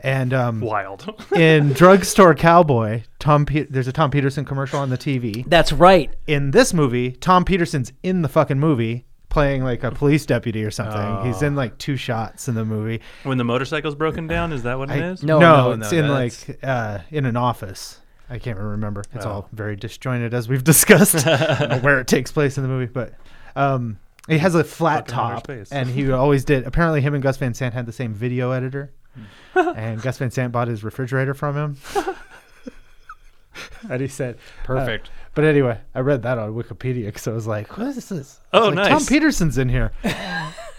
and um,
Wild.
in Drugstore Cowboy, Tom Pe- there's a Tom Peterson commercial on the TV.
That's right.
In this movie, Tom Peterson's in the fucking movie playing like a police deputy or something. He's in like two shots in the movie.
when the motorcycle's broken down, is that what it is?
No,
no,
no,
it's
no,
in
that's-
like uh, in an office. I can't remember. It's all very disjointed as we've discussed I don't know where it takes place in the movie, but um, he has a flat
Fucking outer
top,
space.
and he always did. Apparently, him and Gus Van Sant had the same
Hmm.
video editor, and Gus Van Sant bought his refrigerator from him. and he said, uh,
Perfect.
but anyway, I read that on Wikipedia because I was like, what is this?
Oh,
It's like,
nice.
Tom Peterson's in here.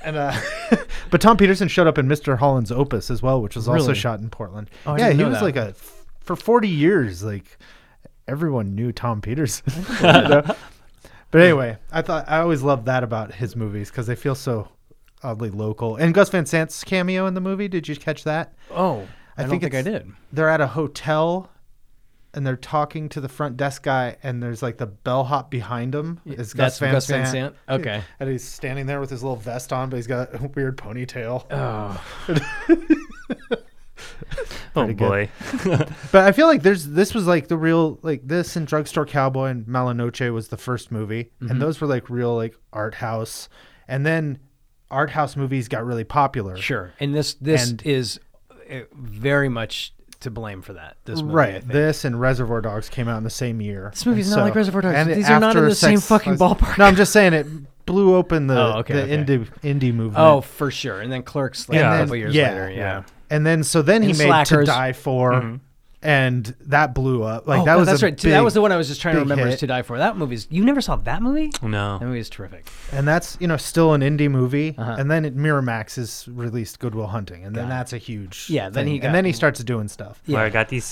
and uh, But Tom Peterson showed up in Mr. Holland's Opus as well, which was also
Really? Oh,
shot in Portland.
I
yeah,
didn't
he
know
was
that.
like a, for 40 years, like everyone knew Tom Peterson. you know? But anyway, I thought I always loved that about his movies because they feel so oddly local. And Gus Van Sant's cameo in the movie, did you catch that?
Oh, I, don't think, I
it's-
did.
They're at a hotel and they're talking to the front desk guy and there's like the bellhop behind him is
that's
Gus Van
Gus Van
Sant.
Sant? Okay.
And he's standing there with his little vest on but he's got a weird ponytail.
Oh,
Oh
Pretty good.
boy.
But I feel like there's this was like the real like this and Drugstore Cowboy and Malanoche was the first movie
Mm-hmm.
and those were like real like art house. And then art house movies got really popular.
sure. And this this
And-
is uh, very much to blame for that. This movie, I
Right.
think.
This and Reservoir Dogs came out in the same year.
This movie's
And
not like Reservoir Dogs.
and
These are not in
after
the same
Sex
fucking
Lies-
ballpark.
No, I'm just saying it blew open the,
Oh, okay,
the
okay.
indie indie movement.
Oh, for sure. And then Clerks like
And
a
then-
couple years later. Yeah. Mm-hmm.
And then so then he
And
made
Slackers.
To Die For, and that blew up. Like
Oh,
that
God,
was
that's
a
right. that
big-
was the one I was just trying to
big
remember is
hit.
to die for. That movie's you never saw that movie? That
No.
movie is terrific.
and that's you know still an indie movie.
Uh-huh.
And then it, Miramax is released Goodwill Hunting, and then that's a huge
Yeah, then
thing.
he got-
and then he starts doing stuff.
Yeah.
I got these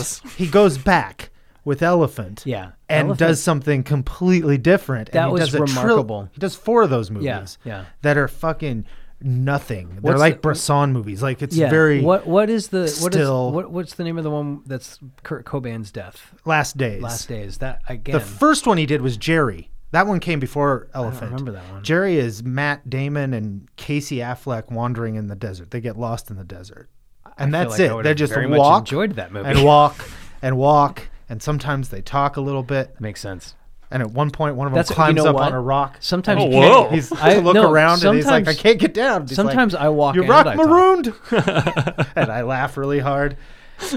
skies.
he goes back with Elephant.
Yeah.
And
Elephant.
does something completely different.
That
and he
was
does a tril-
remarkable.
he does four of those movies.
yeah.
That are fucking nothing. They're
What's
like
the-
Bresson movies. Like it's very
what what is the what is
still-
what, what's the name of the one that's Kurt Cobain's death?
Last Days.
Last days. That again.
The first one he did was Jerry. That one came before Elephant.
remember that one.
Jerry is Matt Damon and Casey Affleck wandering in the desert. They get lost in the desert. And
I feel
that's
like I
it.
would
They
have
just
very
walk
Much enjoyed that movie.
and walk and walk and sometimes they talk a little bit.
Makes sense.
And at one point, one of them
That's- you
climbs
know
up
what?
on a rock.
Sometimes
Oh,
you can't-
whoa.
He's
I-
I, look
no,
around and he's like, I
sometimes-
can't get down. He's like,
sometimes I walk
You
in
rock
and I talk."
marooned, and I laugh really hard.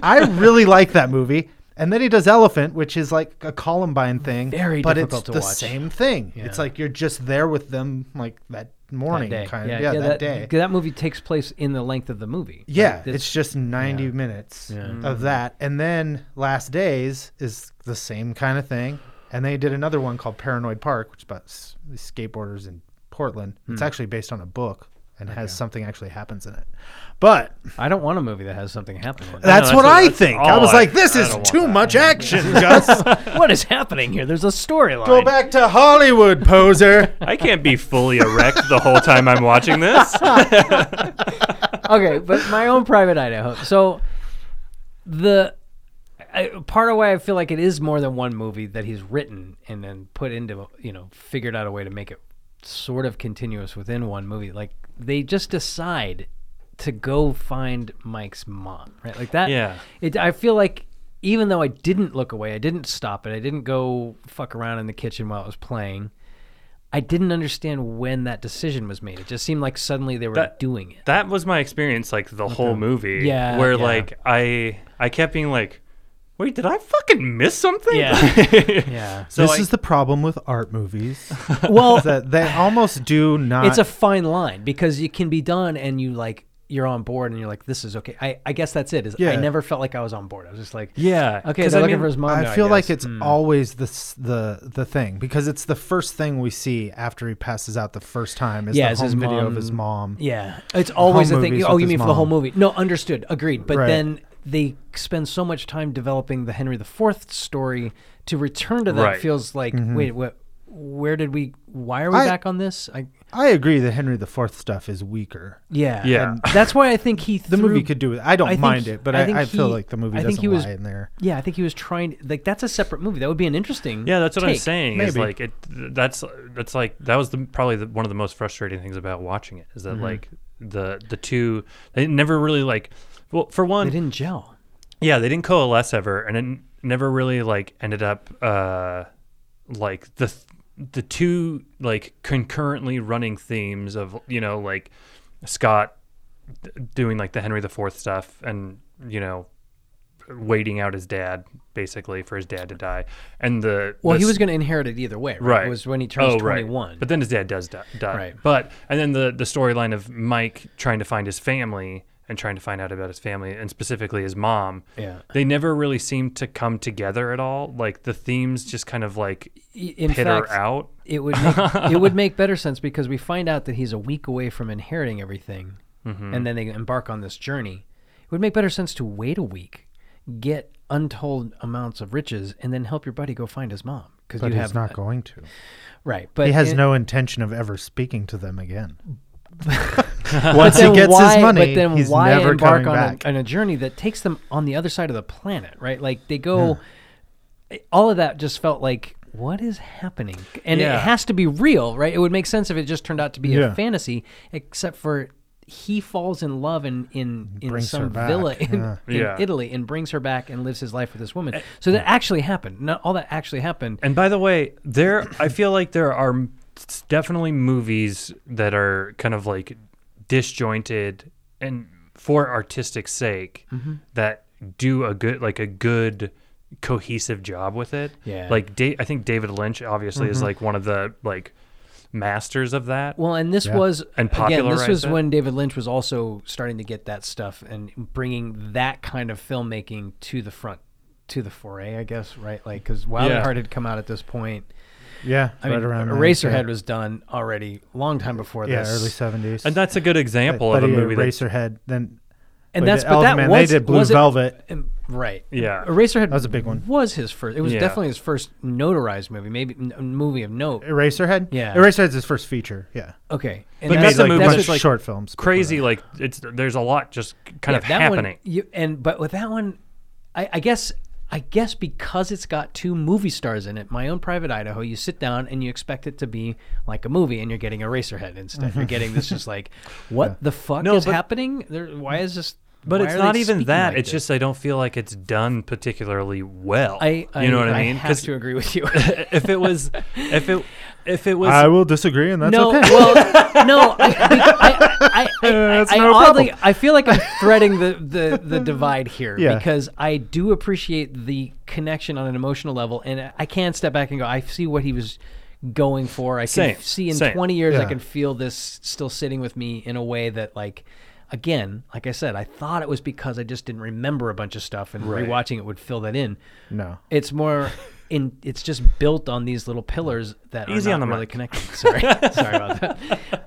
I really like that movie. And then he does Elephant, which is like a Columbine thing,
Very
but
difficult
it's
to
the
watch.
same thing. It's like you're just there with them, like that morning,
day.
kind of, yeah, that, day.
That movie takes place in the length of the movie.
Yeah,
Like,
it's just 90 minutes of that. And then Last Days is the same kind of thing. And they did another one called Paranoid Park, which is about s- these skateboarders in Portland.
Hmm.
It's actually based on a book and has something actually happens in it. But
I don't want a movie that has something happen. in it.
that's
that's
what
what-
I
that's
think. I
all
was
I-
like, this
I
is
don't want
too
that.
much action, Gus.
what is happening here? There's a storyline.
Go back to Hollywood, poser.
I can't be fully erect the whole time I'm watching this.
okay, but my own private Idaho. So the I, part of why I feel like it is more than one movie that he's written and then put into you know figured out a way to make it sort of continuous within one movie. Like they just decide to go find Mike's mom, right? Like that.
Yeah.
It. I feel like. Even though I didn't look away, I didn't stop it. I didn't go fuck around in the kitchen while it was playing. I didn't understand when that decision was made. It just seemed like suddenly they were
That-
doing it.
that was my experience like the whole movie
Yeah,
where
yeah.
like i i kept being like wait did i fucking miss something
Yeah. Yeah.
so
this
I-
is the problem with art movies.
Well,
is that they almost do not.
it's a fine line because it can be done and you like you're on board and you're like this is okay. I, I guess that's it. Is I
Yeah.
never felt like I was on board. I was just like
yeah
okay,
'cause
they're
I
looking
mean, Hmm.
for his mom. now,
I feel like
guess.
it's always the s- the the thing because it's the first thing we see after he passes out the first time is
Yeah,
the
it's
home
his
video
mom-
of his mom.
yeah. It's always a thing.
movies
Oh,
with
you
his
mean for the whole
mom.
movie? No, understood, agreed. But
Right.
then they spend so much time developing the Henry IV story to return to that
Right.
feels like wait what. Where did we? Why are we
Mm-hmm. I-
back on this? I
I agree that Henry the Fourth stuff is weaker.
yeah
Yeah.
And that's why I think he
The
threw
movie could do it. I don't
I think
mind
he-
it, but
I
I,
think
I feel
he-
like the movie
I think
doesn't
he was-
lie in there.
Yeah, I think he was trying like that's a separate movie. That would be an interesting.
yeah that's what i'm
take.
saying is
Maybe.
like it that's that's like that was the probably the, one of the most frustrating things about watching it is
Mm-hmm.
that like the the two they never really like well for one
They didn't gel.
yeah they didn't coalesce ever and it n- never really like ended up uh like the th- the two like concurrently running themes of you know like scott d- doing like the henry the fourth stuff and you know waiting out his dad basically for his dad to die and the
Well,
the
he
s-
was going to inherit it either way. Right?
right
It was when he turns
Oh, right.
21.
but then his dad does die, die.
Right.
but and then the the storyline of mike trying to find his family and trying to find out about his family and specifically his mom.
Yeah.
They never really seem to come together at all. Like the themes just kind of like
In
pitter
fact,
out.
it would make, it would make better sense because we find out that he's a week away from inheriting everything,
Mm-hmm.
and then they embark on this journey. It would make better sense to wait a week, get untold amounts of riches, and then help your buddy go find his mom because
But
you
he's
have
not going to.
right. But
He has
in-
no intention of ever speaking to them again.
but
Once he
then
gets
why-
his money,
But then
he's
why
never
embark
coming
on
back.
A, on a journey that takes them on the other side of the planet, right? Like they go, all of that just felt like what is happening, and
Yeah.
it has to be real, right? It would make sense if it just turned out to be
Yeah.
a fantasy, except for he falls in love in in, in
Brings her
some
back,
villa in,
yeah.
in
Yeah.
Italy and brings her back and lives his life with this woman. So that actually happened. No, all that actually happened.
And by the way, there I feel like there are m- s- definitely movies that are kind of like disjointed and for artistic sake
Mm-hmm.
that do a good like a good cohesive job with it.
Yeah. Mm-hmm.
Like da- I think David Lynch obviously is like one of the like masters of that.
Well, and this was again,
And
this
popularized
was
it.
when David Lynch was also starting to get that stuff and bringing that kind of filmmaking to the front, to the foray, I guess, right? Like because Wild
Yeah.
at Heart had come out at this point.
Yeah,
I
right
mean,
around then,
Eraserhead
yeah.
was done already, long time before
yeah
this.
early seventies.
And that's a good example
but
of a
he-
movie that
Eraserhead. Then
and
Like
that's
the
but that
Elfman, they
was
did Blue
was it-
Velvet.
um, right?
Yeah.
Eraserhead
That was a big one.
Was his first? It was
Yeah.
definitely his first notarized movie, maybe n- movie of note.
Eraserhead.
Yeah.
Eraserhead's his first feature. Yeah,
Okay, and
But
he
that's
made
a
like
movie
a bunch
that's
of
like
short films. before
crazy
that.
like it's there's a lot just kind of
that
happening.
One, you, and but with that one, I, I guess I guess because it's got two movie stars in it, My Own Private Idaho, you sit down and you expect it to be like a movie, and you're getting Eraserhead instead. You're getting this just like, what the fuck
No,
is
but-
happening? There, why is this?
But
why
it's
are they
not even
speaking
that.
like
it's
this?
just I don't feel like it's done particularly well.
I, I
you know what I
I
mean?
Have to agree with you.
if it was, if it, if it was,
I will disagree, and that's
no,
okay.
well, no. I, I, I, I,
That's
I
no
oddly, I feel like I'm threading the, the, the divide here
Yeah.
because I do appreciate the connection on an emotional level, and I can step back and go, I see what he was going for. I can
Same,
see in
same.
20 years, I
Yeah.
can feel this still sitting with me in a way that, like, again, like I said, I thought it was because I just didn't remember a bunch of stuff, and rewatching it would fill that in.
No.
It's more in it's just built on these little pillars that
Easy
are not
on the
really
mic.
connected. Sorry. Sorry about that.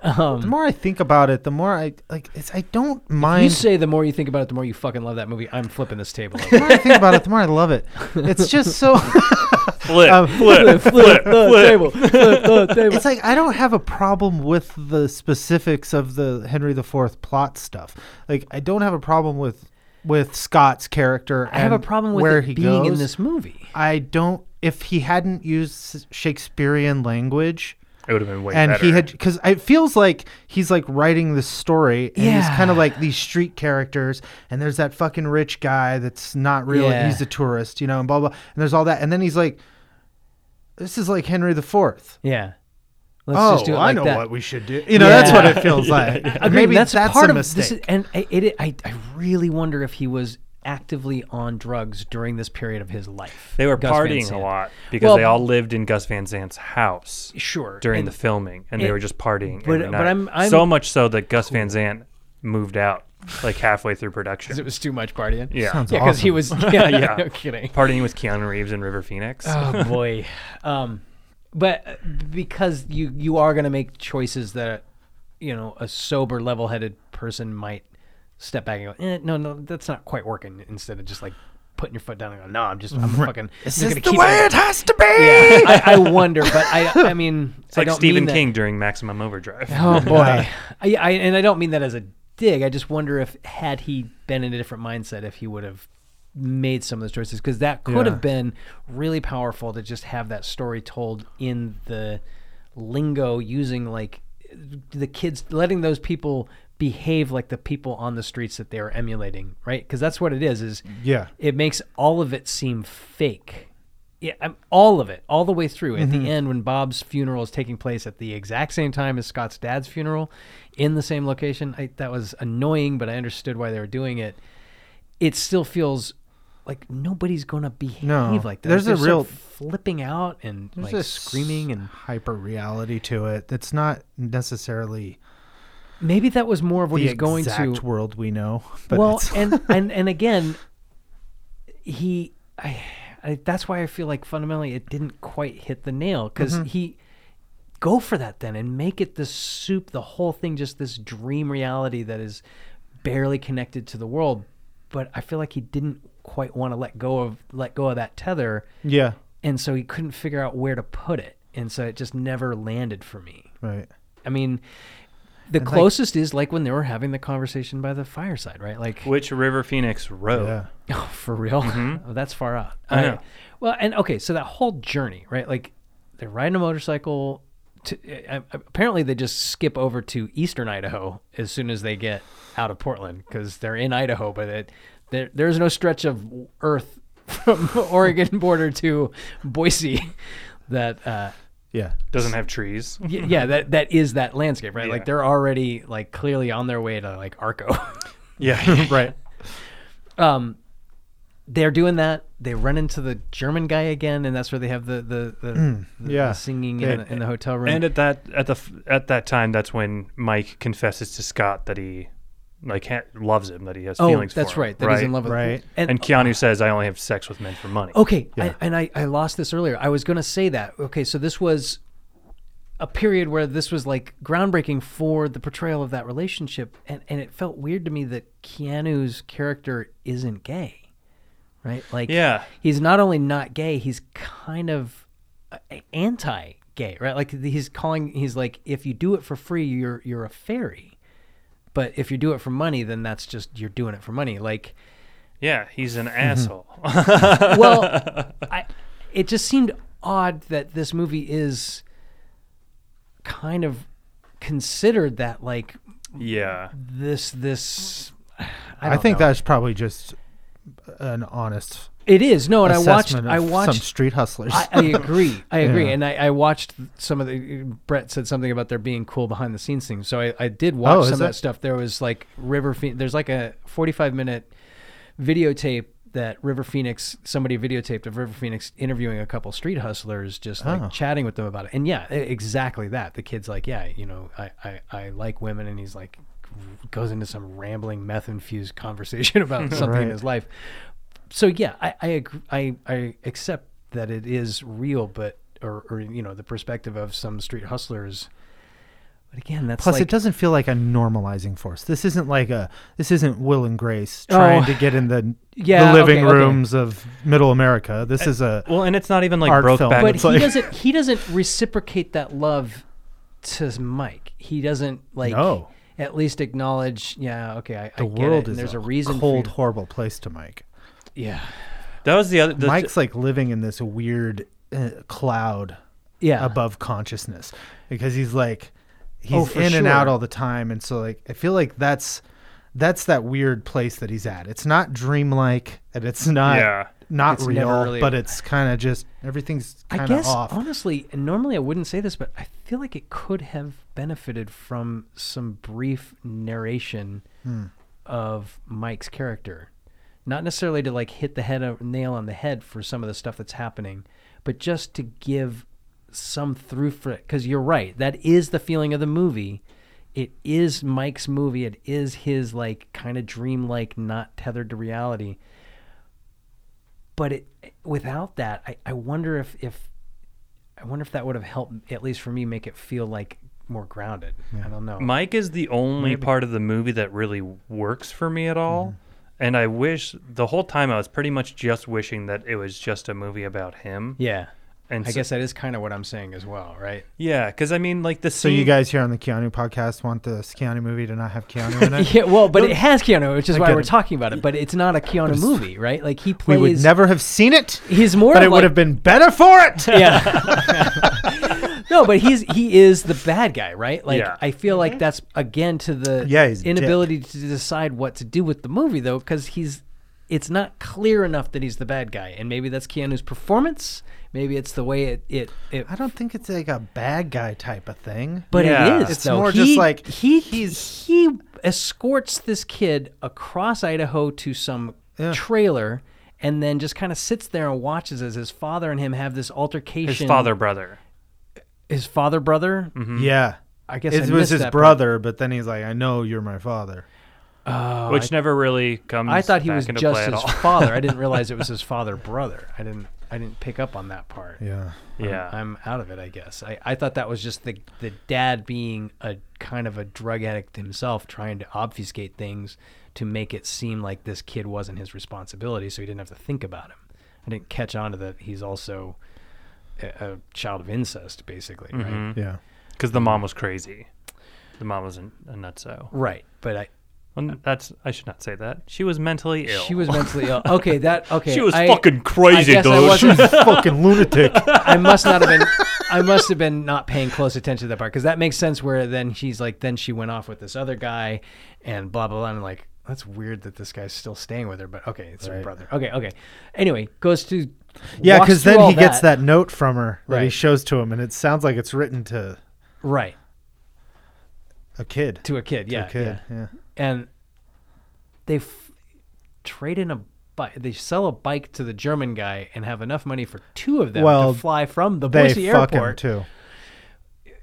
the more I think about it, the more I like. It's I don't mind.
Um, You say the more you think about it, the more you fucking love that movie. I'm flipping this table.
the more I think about it, the more I love it. It's just so.
flip,
um,
flip, flip, flip.
table. Flip the table.
it's like I don't have a problem with the specifics of the Henry IV plot stuff. Like I don't have a problem with with Scott's character.
I have a
and
problem with
where
it
he
being in
goes.
this movie.
I don't. If he hadn't used Shakespearean language,
It would have been way
and
better.
he had because it feels like he's like writing this story and he's
Yeah.
kind of like these street characters and there's that fucking rich guy that's not real
Yeah.
and he's a tourist you know and blah blah and there's all that and then he's like this is like henry the fourth
Yeah. Let's
oh
just do it
i
like
know
that.
what we should do you know that's what it feels like
Agreed,
maybe that's,
part
a
of
mistake
This is, and I- it, it, I, I really wonder if he was actively on drugs during this period of his life.
they were
Gus Van
partying a
Sant.
lot because
Well,
they all lived in Gus Van Sant's house
Sure.
during
and-
the filming, and they
it-
were just partying.
but-
every
but
night.
I'm- I'm-
so much so that Gus Van Sant moved out like halfway through production.
It was too much partying.
yeah,
Sounds
Yeah, because he was. Yeah,
Yeah.
No kidding.
partying with Keanu Reeves and River Phoenix.
Oh boy. Um, but uh, because you you are going to make choices that you know a sober, level-headed person might step back and go, eh, no, no, that's not quite working. Instead of just like putting your foot down and go, no, I'm just I'm fucking.
This
just gonna
is the
keep
way
it.
it has to be
I, I wonder, but I I mean
it's
I
like
don't
Stephen
mean that-
King during Maximum Overdrive.
Oh boy. I, I, and I don't mean that as a dig. I just wonder if had he been in a different mindset, if he would have made some of those choices because that could
Yeah.
have been really powerful to just have that story told in the lingo using like the kids letting those people behave like the people on the streets that they are emulating right because that's what it is is
Yeah.
it makes all of it seem fake yeah, I'm, all of it, all the way through. At
Mm-hmm.
the end, when Bob's funeral is taking place at the exact same time as Scott's dad's funeral, in the same location, I, that was annoying, but I understood why they were doing it. It still feels like nobody's going to behave
No,
like that.
there's
They're
a real-
flipping out and like
There's a
screaming and
hyper reality to it that's not necessarily
maybe that was more of what
the
he's going to.
exact world we know. But
well,
it's-
and and and again, he, I, I, that's why I feel like fundamentally it didn't quite hit the nail because he, go for that then and make it this soup, the whole thing, just this dream reality that is barely connected to the world. But I feel like he didn't quite want to let go of let go of that tether,
yeah,
and so he couldn't figure out where to put it, and so it just never landed for me.
right.
I mean, the closest is like when they were having the conversation by the fireside, right? Like,
Which River Phoenix wrote?
Yeah.
oh, for real? Oh, that's far out.
Mm-hmm. I know.
Alright. Well, and okay, so that whole journey, right? Like, they're riding a motorcycle. To, uh, apparently, they just skip over to eastern Idaho as soon as they get out of Portland because they're in Idaho, but it, there, there's no stretch of earth from Oregon border to Boise that. Uh,
Yeah.
Doesn't have trees.
Y- yeah, that that is that landscape, right?
Yeah.
Like they're already like clearly on their way to like Arco.
Yeah.
Right.
um, they're doing that. They run into the German guy again, and that's where they have the the, the, the-
Mm. yeah.
the singing
They-
in, the, in the hotel room.
and at that at the f- at that time, that's when Mike confesses to Scott that he like ha- loves him, that he has
oh,
feelings. for
that's
him,
right. That he's in love with
Right.
And, Keanu says, "I only have sex with men for money."
Okay, I, and I, I lost this earlier. I was going to say that. Okay, so this was a period where this was like groundbreaking for the portrayal of that relationship, and, and it felt weird to me that Keanu's character isn't gay, right? Like,
Yeah.
he's not only not gay, he's kind of uh, anti-gay, right? Like he's calling, he's like, if you do it for free, you're you're a fairy, but if you do it for money, then that's just you're doing it for money, like.
Yeah, he's
Mm-hmm.
an asshole.
well, I, it just seemed odd that this movie is kind of considered that like
yeah.
this this. I,
I,
don't
think
know.
that's probably just an honest
it is no, and I watched.
assessment of
I watched.
some street hustlers.
I, I agree. I agree,
Yeah.
and I, I watched some of the. Brett said something about there being cool behind the scenes things, so I, I did watch
Oh, is
some of
it?
that stuff. There was like River. Phoenix, there's like a 45 minute videotape that River Phoenix somebody videotaped of River Phoenix interviewing a couple street hustlers, just like
Oh.
chatting with them about it. And yeah, e- exactly that. The kid's like, yeah, you know, I I, I like women, and he's like goes into some rambling meth infused conversation about something in
Right.
his life so yeah, I I, agree, I I accept that it is real, but or, or you know the perspective of some street hustlers. But again, that's
Plus,
like,
it doesn't feel like a normalizing force. This isn't like a. This isn't Will and Grace trying
Oh.
to get in the,
Yeah,
the living
okay, okay.
rooms of Middle America. This is a.
Well, and it's not even like
Art film.
Brokeback.
But
it's
he
like-
doesn't he doesn't reciprocate that love to Mike. He doesn't like
No.
at least acknowledge. Yeah, okay, I,
The
I get it.
world is
And there's a, reason. for
cold,
you-
horrible place to Mike.
yeah,
that was the other. The,
Mike's like living in this weird uh, cloud
yeah.
above consciousness because he's like he's
Oh, for
in and out
sure.
all the time and so like I feel like that's that's that weird place that he's at. It's not dreamlike and it's not
Yeah.
not
It's never
real,
really-
but it's kind of just everything's
I
kind of
guess
off.
honestly, and normally I wouldn't say this, but I feel like it could have benefited from some brief narration
Hmm.
of Mike's character, not necessarily to like hit the head of, nail on the head for some of the stuff that's happening, but just to give some through for it. Because you're right, that is the feeling of the movie. It is Mike's movie. It is his like kind of dreamlike, not tethered to reality but it without that I, I wonder if if I wonder if that would have helped at least for me make it feel like more grounded. I don't know.
Mike is the only part of the movie that really works for me at all.
Mm-hmm.
And I wish the whole time I was pretty much just wishing that it was just a movie about him.
yeah.
And
I
so-
guess that is kind of what I'm saying as well, right?
Yeah, because I mean, like the
so
scene.
you guys here on the Keanu podcast want this Keanu movie to not have Keanu in it?
Yeah, well, but it has Keanu, which is why
get
we're
it.
talking about it. But it's not a Keanu movie, right? Like he
we
plays.
would never have seen it,
He's more.
but
of
it
like-
would have been better for it.
yeah. no, but he's he is the bad guy, right? Like
Yeah.
I feel like that's again to the
Yeah, he's a dick.
inability to decide what to do with the movie though, because he's it's not clear enough that he's the bad guy, and maybe that's Keanu's performance. Maybe it's the way it it, it
I don't think it's like a bad guy type of thing.
but
Yeah.
it is.
It's
though.
more
He-
just like,
he
he's-
he escorts this kid across Idaho to some
Yeah.
trailer. And then just kind of sits there and watches as his father and him have this altercation.
his father brother.
his father brother,
yeah.
I guess
It
I
was
missed
his
that part.
brother, but then he's like, I know you're my father.
Oh,
which never really comes.
I thought he
back
was
into
just
play at
his
all.
father. I didn't realize it was his father brother. I didn't. I didn't pick up on that part.
Yeah.
yeah,
I'm out of it. I guess. I, I thought that was just the the dad being a kind of a drug addict himself, trying to obfuscate things to make it seem like this kid wasn't his responsibility, so he didn't have to think about him. I didn't catch on to that he's also a, a child of incest, basically.
Mm-hmm.
Right.
Yeah.
because the mom was crazy. The mom was an, a nutso.
Right. But I,
Well, that's I should not say that. She was mentally ill.
she was mentally ill. Okay. That. Okay.
She was
I-
fucking crazy,
I guess I
dude.
wasn't-
Fucking lunatic.
I must not have been. I must have been not paying close attention to that part because that makes sense. Where then she's like, then she went off with this other guy, and blah blah blah. And I'm like, that's weird that this guy's still staying with her. But okay, it's her brother. Okay, okay. Anyway, goes to
Yeah,
walks
because
through
then
all
he gets that note from her that he
Right.
shows to him, and it sounds like it's written to
right
a kid.
to a kid.
To
Yeah,
a kid.
yeah.
Yeah.
and they f- trade in a. bike. They sell a bike to the German guy and have enough money for two of them
Well,
to fly from the
They
Boise
fuck him
airport.
too.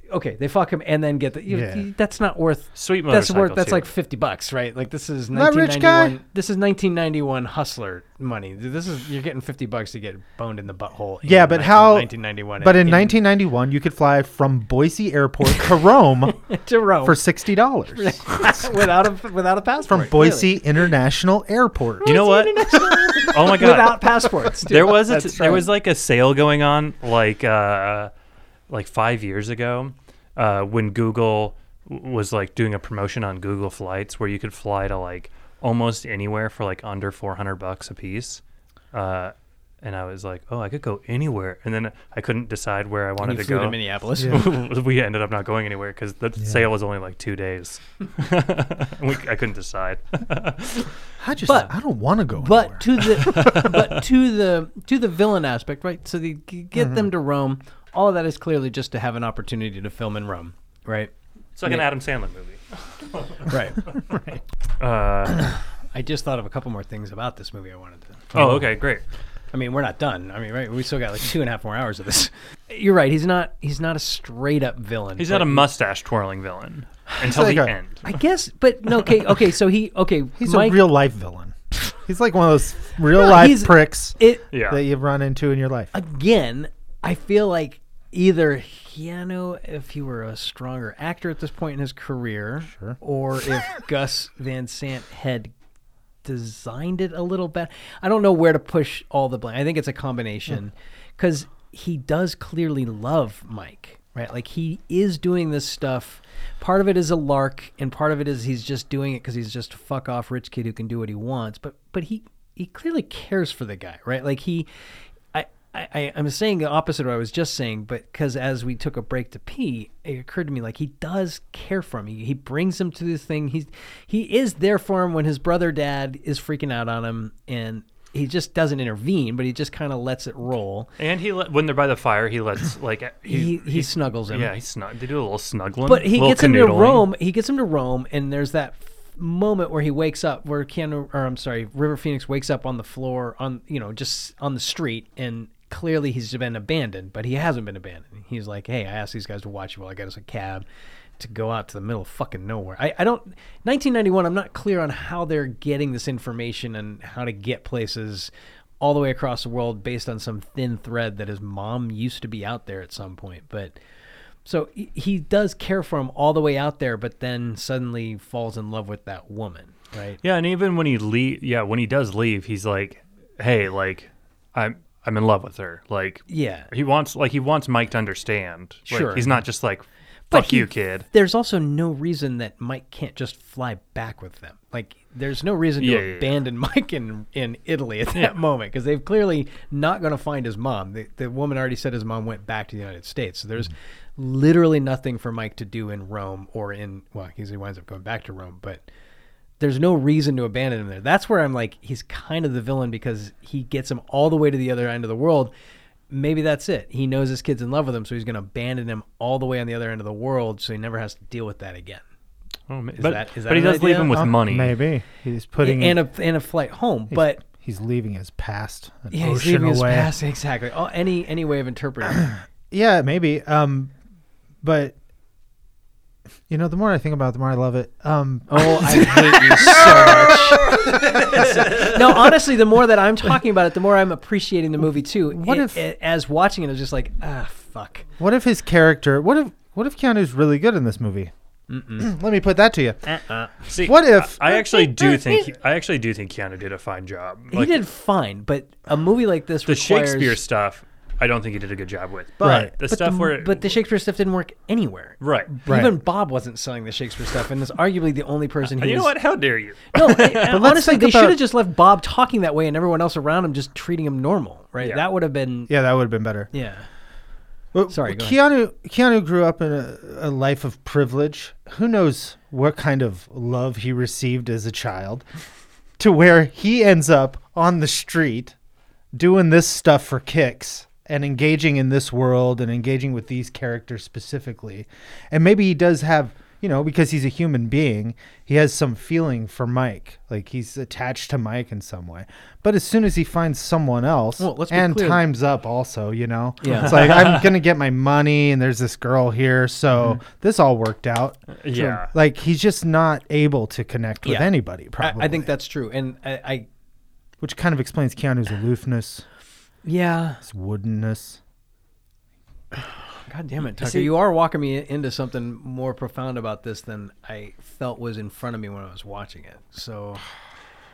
Okay, they fuck him and then get the. you-
Yeah.
you- that's not worth
Sweet
That's
motorcycle,
worth. That's
too.
like fifty bucks, right? Like this is
That rich guy?
1991. This is 1991 hustler money. This is you're getting fifty bucks to get boned in the butthole. in
Yeah, but
19-
how?
1991?
But in 1991, you could fly from Boise Airport to Rome
to Rome
for sixty dollars
without a without a passport
from
really.
Boise International Airport.
You know what? oh my god.
without passports. dude.
there was a t-
That's
there
right.
was like a sale going on like uh like 5 years ago uh when Google w- was like doing a promotion on Google flights where you could fly to like almost anywhere for like under 400 bucks a piece. Uh and I was like, "Oh, I could go anywhere." And then I couldn't decide where I
And
wanted
you
to
flew
go.
to Minneapolis.
we ended up not going anywhere because the sale was only like two days. we, I couldn't decide.
I just
But-
I don't want to go. anywhere.
But to the but to the to the villain aspect, right? So they g- get
Mm-hmm.
them to Rome. All of that is clearly just to have an opportunity to film in Rome, right?
It's like an Adam Sandler movie.
Right.
Uh,
I just thought of a couple more things about this movie I wanted to
oh, okay, great.
I mean, we're not done. I mean, right? We still got like two and a half more hours of this. You're right. He's not. He's not a straight up villain.
He's
but
not a mustache twirling villain until
like
the
a-
end.
I guess, but no. Okay. Okay. So he. Okay.
he's
Mike,
a real life villain. He's like one of those real
No,
life
he's-
pricks
It
Yeah.
that you've run into in your life.
again. I feel like either Keanu, if he were a stronger actor at this point in his career,
Sure.
or if Gus Van Sant had designed it a little better. I don't know where to push all the blame. I think it's a combination
Hmm.
because he does clearly love Mike, right? Like he is doing this stuff. Part of it is a lark, and part of it is he's just doing it because he's just a fuck off rich kid who can do what he wants. But but he he clearly cares for the guy, right? Like he. I, I, I- I'm saying the opposite of what I was just saying, but because as we took a break to pee, it occurred to me like he does care for him. He, he brings him to this thing. He's he is there for him when his brother dad is freaking out on him, and he just doesn't intervene, but he just kind of lets it roll.
And he let, when they're by the fire, he lets like
He he, snuggles him.
yeah he snug. They do a little snuggling,
But he
little
gets him to
canoodling.
Rome. He gets him to Rome, and there's that f- moment where he wakes up, where Keanu, or I'm sorry, River Phoenix wakes up on the floor, on you know, just on the street, and clearly he's been abandoned, but he hasn't been abandoned. He's like, hey, I asked these guys to watch you while I got us a cab to go out to the middle of fucking nowhere. I, I don't 1991. I'm not clear on how they're getting this information and how to get places. All the way across the world, based on some thin thread that his mom used to be out there at some point. But so he- he does care for him all the way out there, but then suddenly falls in love with that woman, right?
Yeah, and even when he leave, yeah, when he does leave, he's like, "Hey, like, I'm I'm in love with her." Like,
Yeah.
he wants like he wants Mike to understand. Like,
Sure.
he's not just like, "Fuck
But he-
you, kid."
There's also no reason that Mike can't just fly back with them. Like, there's no reason to
Yeah, yeah, yeah.
abandon Mike in, in Italy at that moment because they've clearly not going to find his mom. The, the woman already said his mom went back to the United States. So
Mm-hmm.
there's literally nothing for Mike to do in Rome or in, well, he's- he winds up going back to Rome, but there's no reason to abandon him there. That's where I'm like, he's kind of the villain because he gets him all the way to the other end of the world. Maybe that's it. He knows his kid's in love with him, so he's going to abandon him all the way on the other end of the world, so he never has to deal with that again.
Oh, ma- but
that- is that
but he
an
does leave
idea?
him with
Uh,
money.
Maybe he's putting
and a and a flight home, but
he's leaving his past an
yeah,
ocean
he's leaving his
away.
past exactly. Oh, any any way of interpreting. it.
Yeah, maybe. Um, but You know, the more I think about it, the more I love it. Um,
Oh, I hate you so much. no, honestly, the more that I'm talking about it, the more I'm appreciating the movie too.
What
It-
if-
it- as watching it, I was just like, ah, fuck.
What if his character? What if what if Keanu's really good in this movie? Let me put that to you.
Uh-uh. See,
What if-
I, I actually do think I actually do think Keanu did a fine job. Like,
he did fine, but a movie like this
the
requires
Shakespeare stuff. I don't think he did a good job with, but
Right.
the stuff where
but the Shakespeare stuff didn't work anywhere.
right.
Right.
Even Bob wasn't selling the Shakespeare stuff, and is arguably the only person who.
Uh, You know
was-
what? How dare you?
No, I- honestly,
think
they
about-
should have just left Bob talking that way, and everyone else around him just treating him normal, right?
Yeah.
That would have been,
Yeah, that would have been better.
yeah.
Well,
Sorry, go
Keanu. Keanu grew up in a, a life of privilege. Who knows what kind of love he received as a child, to where he ends up on the street, doing this stuff for kicks and engaging in this world and engaging with these characters specifically, and maybe he does have. You know, because he's a human being, he has some feeling for Mike. Like he's attached to Mike in some way. But as soon as he finds someone else,
Well, let's be
and
clear.
time time's up also you know
Yeah.
it's like i'm gonna get my money and there's this girl here so
Mm-hmm.
this all worked out
Yeah.
like he's just not able to connect with
Yeah.
anybody
I,
probably
I think that's true, and I, I
which kind of explains keanu's aloofness
yeah.
his woodenness
God damn it, Tucker! you are walking me into something more profound about this than I felt was in front of me when I was watching it. So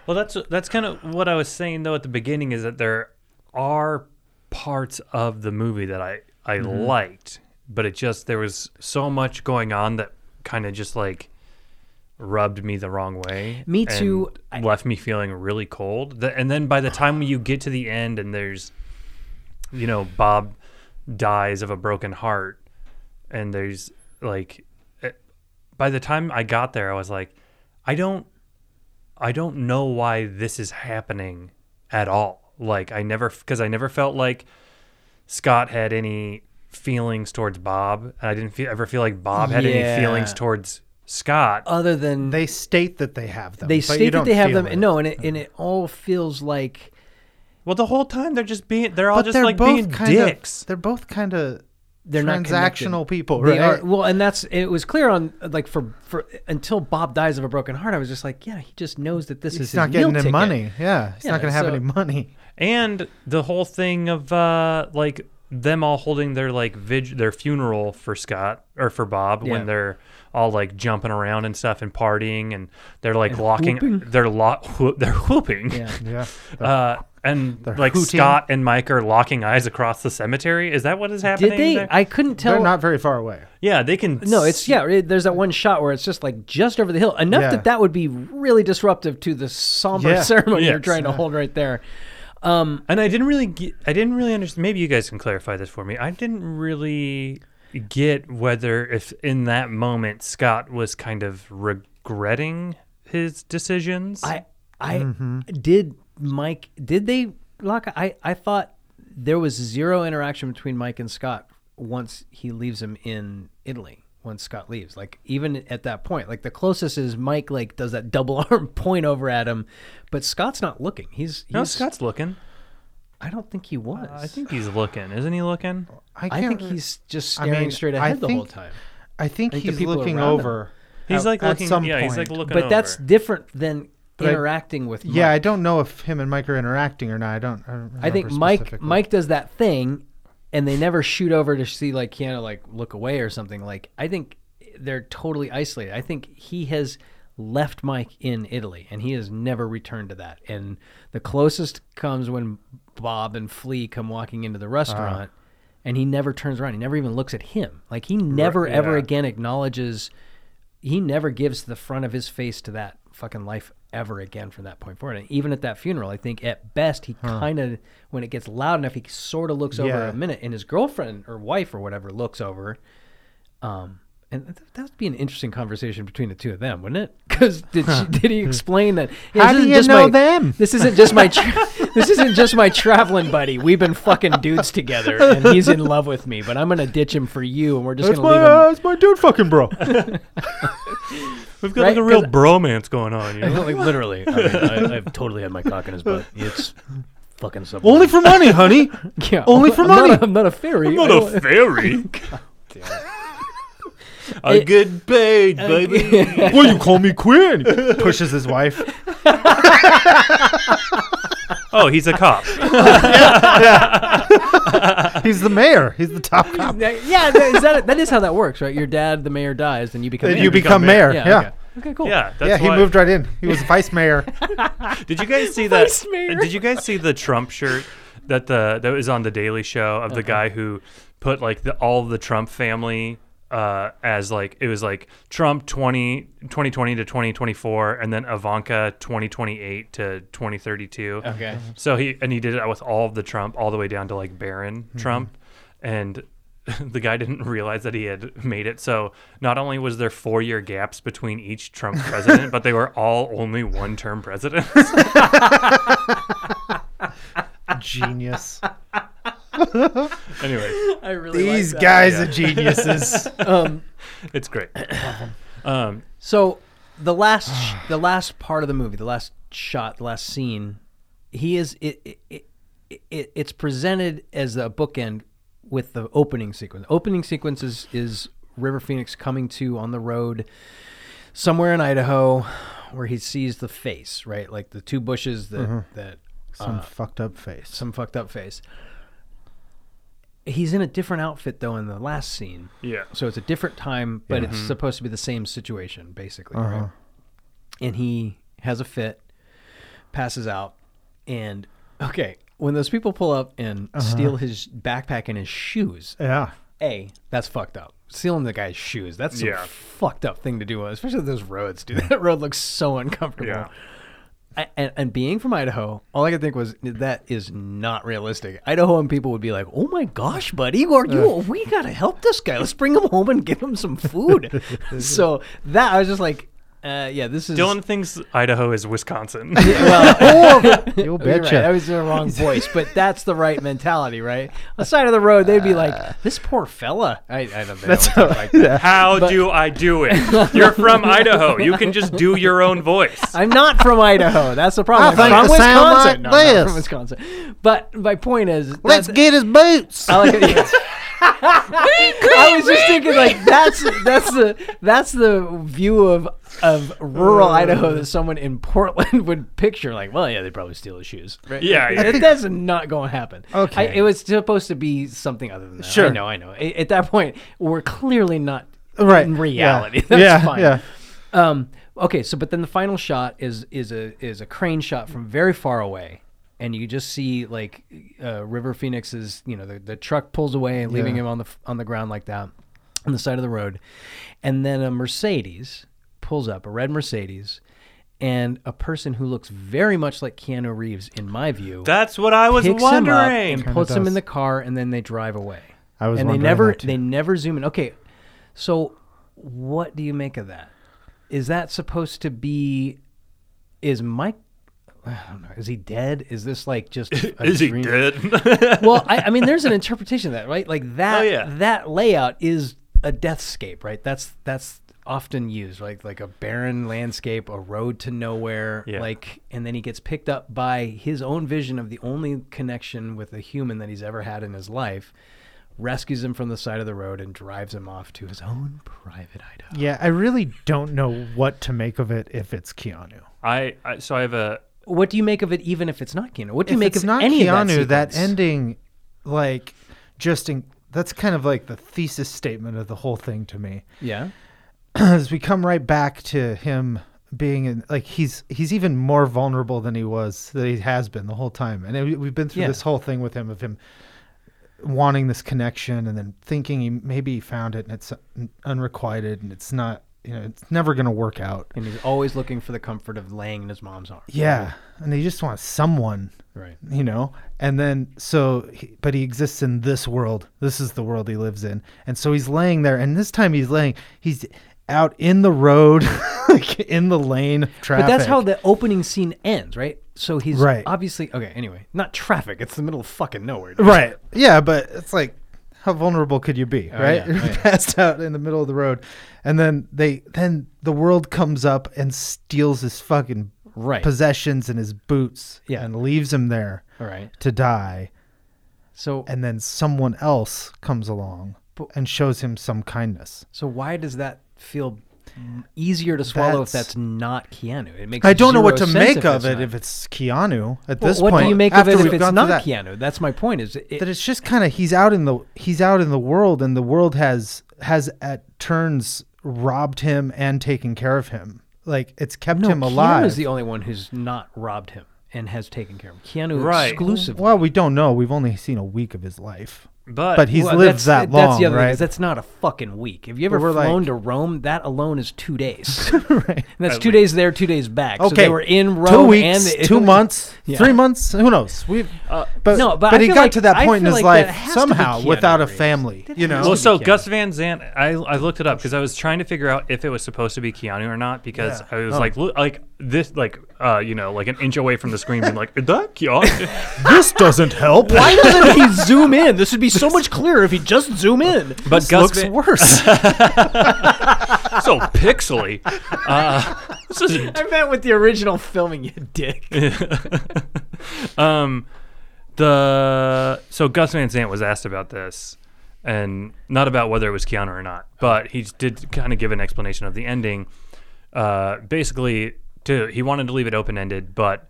Well, that's that's kind of what I was saying though at the beginning is that there are parts of the movie that I I
Mm-hmm.
liked, but it just there was so much going on that kind of just like rubbed me the wrong way.
Me
and
too. I-
left me feeling really cold. The, and then by the time you get to the end and there's you know Bob dies of a broken heart and there's like it- by the time I got there I was like I don't I don't know why this is happening at all. Like I never because I never felt like Scott had any feelings towards Bob, and I didn't feel, ever feel like Bob had
Yeah.
any feelings towards Scott.
other than they,
they state that they have them but you
state that
don't
they have
feel
them,
it.
no, and it and it all feels like
well, the whole time they're just being they're all
but
just
they're
like
both
being
kind
dicks.
of they're both kind of
they're not connected.
transactional people
They
right
are- well, and that's it was clear on like for for until Bob dies of a broken heart. I was just like, yeah, he just knows that this is
he's
his
not
meal
getting any
ticket.
money yeah he's
Yeah,
not gonna have
so-
any money
and the whole thing of uh like them all holding their like vig their funeral for Scott or for Bob
Yeah.
when they're all like jumping around and stuff and partying and they're like locking they're lo- whoop, they're whooping
Yeah.
yeah
uh, and like
hooting.
Scott and Mike are locking eyes across the cemetery. Is that what is happening?
Did they?
there?
I couldn't
they're
tell.
not very far away
yeah, they can.
No, it's
s-
yeah. it- There's that one shot where it's just like just over the hill, enough
Yeah.
that that would be really disruptive to the somber
Yeah.
ceremony you're
Yes.
trying to hold right there.
And I didn't really get. I didn't really understand. Maybe you guys can clarify this for me. I didn't really get whether if in that moment Scott was kind of regretting his decisions.
I I
Mm-hmm.
did Mike. Did they lock? I I thought there was zero interaction between Mike and Scott once he leaves him in Italy. Once Scott leaves, like even at that point, like the closest is Mike like does that double arm point over at him, but Scott's not looking. He's, he's
no, Scott's looking.
I don't think he was.
I think he's looking. Isn't he looking?
i,
I
can't
think
re-
he's just
I
staring
mean,
straight
I
ahead the whole
think-
time.
i think
I think the
he's
people
looking
around him-
over
He's
at-
like
at
looking.
some
yeah, he's like
point.
looking.
But that's
over.
different than
I-
interacting with. Mike.
Yeah, I don't know if him and Mike are interacting or not. I don't. I, don't
I think
remember
Mike
specifically.
Mike does that thing, and they never shoot over to see like Keanu like look away or something. Like I think they're totally isolated. I think he has left Mike in Italy, and he has never returned to that. And the closest comes when Bob and Flea come walking into the restaurant, and he never turns around. He never even looks at him. Like he never ever
yeah.
again acknowledges. He never gives the front of his face to that fucking life ever again from that point forward. And even at that funeral, I think at best he kind of, when it gets loud enough, he sort of looks over
Yeah.
a minute, and his girlfriend or wife or whatever looks over. Um, and th- that would be an interesting conversation between the two of them, wouldn't it? Because did she, did he explain that? "Yeah,
How
this isn't
do you
just
know
my-
them?"
This isn't just my. Tra- this isn't just my traveling buddy. We've been fucking dudes together, and he's in love with me. But I'm gonna ditch him for you, and we're just
That's
gonna
my,
leave him.
uh, that's my dude, fucking bro.
We've got
right?
like a real
'Cause-
bromance going on. You know?
Like, literally, I mean, I, I've totally had my cock in his butt. It's fucking something.
Only for money, honey.
yeah,
only for
I'm not
money.
a- I'm not a fairy. I
Not
don't-
a fairy. I get paid, baby.
well, you call me Quinn. Pushes his wife.
oh, he's a cop.
He's the mayor. He's the top cop.
yeah, that is, that, that is how that works, right? Your dad, the mayor, dies, and you become
And
mayor.
you become, mayor.
yeah,
Yeah.
Okay. Okay, cool.
Yeah, that's
Yeah, he
why-
moved right in. He was vice mayor.
Did you guys see that?
Vice mayor.
Did you guys see the Trump shirt that the that was on the Daily Show of the guy who put like the, all the Trump family uh, as like it was like Trump 20, 2020 to twenty twenty four, and then Ivanka twenty twenty eight to twenty thirty two.
Okay.
So he and he did it with all of the Trump, all the way down to like Barron
Mm-hmm.
Trump, and the guy didn't realize that he had made it. So not only was there four year gaps between each Trump president, but they were all only one term presidents.
Genius.
anyway,
I really like
These
that.
guys are geniuses.
it's great.
So the last sh- the last part of the movie, the last shot, the last scene, he is it, it, it, it it's presented as a bookend with the opening sequence. Opening sequence is is River Phoenix coming to on the road somewhere in Idaho where he sees the face, right? Like the two bushes that that Uh,
Some fucked up face.
some fucked up face. He's in a different outfit though in the last scene.
Yeah.
So it's a different time, but it's supposed to be the same situation, basically, right? And he has a fit, passes out, and okay, when those people pull up and steal his backpack and his shoes,
Yeah.
a that's fucked up. Stealing the guy's shoes, that's some
Yeah.
fucked up thing to do, especially those roads, dude. That road looks so uncomfortable.
Yeah.
I, and, and being from Idaho, all I could think was that is not realistic. Idahoan people would be like, "Oh my gosh, buddy, are you? we gotta help this guy. Let's bring him home and give him some food." so that I was just like, uh, "Yeah, this is."
Dylan thinks Idaho is Wisconsin.
You'll
oh, You're
betcha.
Right. That was the wrong voice, but that's the right mentality, right? On the side of the road, they'd be like, "This poor fella." I, I don't. They that's don't talk like that.
How do I do it? You're from Idaho. You can just do your own voice.
I'm not from Idaho. That's the problem.
I think
I'm
it
from
sound
Wisconsin.
like
no, I'm not
this.
from Wisconsin. But my point is,
Let's
that's-
get his boots.
I like it. I was just thinking like that's that's the that's the view of of rural
Uh.
Idaho that someone in Portland would picture like well yeah they probably steal his shoes right?
Yeah, yeah.
That- that's not going to happen
Okay.
I, it was supposed to be something other than that I
Sure.
know I know A- at, that point we're clearly not
right.
in
yeah.
reality
Yeah.
that's fine
yeah.
um, okay, so but then the final shot is is a is a crane shot from very far away, and you just see like uh, River Phoenix's you know the, the truck pulls away, leaving
Yeah.
him on the f- on the ground like that on the side of the road, and then a Mercedes pulls up, a red Mercedes, and a person who looks very much like Keanu Reeves in my view
That's what I was
picks him up and
wondering.
puts him in
does.
the car, and then they drive away.
I was
and they
wondering
never
that too.
they never zoom in. Okay, so what do you make of that? Is that supposed to be? Is Mike? I don't know. Is he dead? Is this like just? a
Is he
dream?
dead?
Well, I, I mean, there's an interpretation of that, right? Like that.
Oh, yeah.
That layout is a deathscape, right? That's that's often used, right? Like a barren landscape, a road to nowhere.
Yeah.
Like, and then he gets picked up by his own vision of the only connection with a human that he's ever had in his life. Rescues him from the side of the road and drives him off to his own private Idaho.
Yeah, I really don't know what to make of it if it's Keanu.
I, I so I have a
What do you make of it, even if it's not Keanu? What do
If
you make
it's
of
not
any
Keanu,
of that? sequence?
ending, like, just in, that's kind of like the thesis statement of the whole thing to me.
Yeah.
As we come right back to him being in, like, he's he's even more vulnerable than he was that he has been the whole time, and we- we've been through
Yeah.
this whole thing with him of him wanting this connection and then thinking he maybe he found it and it's unrequited and it's not you know it's never going to work out
And he's always looking for the comfort of laying in his mom's arms.
yeah and he just wants someone
Right.
you know and then so he, but he exists in this world this is the world he lives in and so he's laying there and this time he's laying he's out in the road like in the lane of traffic
But that's how the opening scene ends, right? So he's
Right.
obviously okay. Anyway, not traffic. It's the middle of fucking nowhere. dude.
right yeah but it's like how vulnerable could you be
yeah,
right
oh, yeah.
passed out in the middle of the road and then they then the world comes up and steals his fucking
Right.
possessions and his boots
Yeah.
and leaves him there
All right.
to die
So
and then someone else comes along and shows him some kindness.
So why does that feel easier to swallow if
That's-
that's not Keanu? It makes
I don't know what to
zero sense if
make of
it's
it
not.
if it's Keanu at
Well,
this
what
point.
do you make of
after
it if
we've
it's
gone through
not
that.
Keanu? That's my point. Is it,
that it's just kind of he's out in the he's out in the world and the world has has at turns robbed him and taken care of him like it's kept
no,
him
Keanu
alive
is the only one who's not robbed him and has taken care of him. Keanu
Right.
exclusively.
well we don't know we've only seen a week of his life
But,
but he's
Well,
lived
that's,
that long
That's the other thing.
right
Is that's not a fucking week. Have you ever
But we're
flown
like-
to Rome? That alone is two days.
Right.
And that's two days there, two days back. So
okay
they were in Rome.
two weeks
and they-
two months
Yeah. Uh,
three months who knows we but
no, but I
he
feel
got
like-
to that
I
point in
feel
his
like that
life
has to be
somehow
Keanu
without a
Reeves.
family you know
well, so
Keanu.
Gus Van Zant, I, I looked it up because I was trying to figure out if it was supposed to be Keanu or not because I
Oh.
was like, look, like this, like uh, you know, like an inch away from the screen, being like, is that Keanu?
this doesn't help
Why doesn't he zoom in? This would be so much clearer if he just zoom in.
But Gus
looks
Van-
worse
so pixely. Uh, this is
I meant with the original filming, you dick.
um, the so Gus Van Sant was asked about this, and not about whether it was Keanu or not, but he did kind of give an explanation of the ending. Uh, basically, to he wanted to leave it open ended, but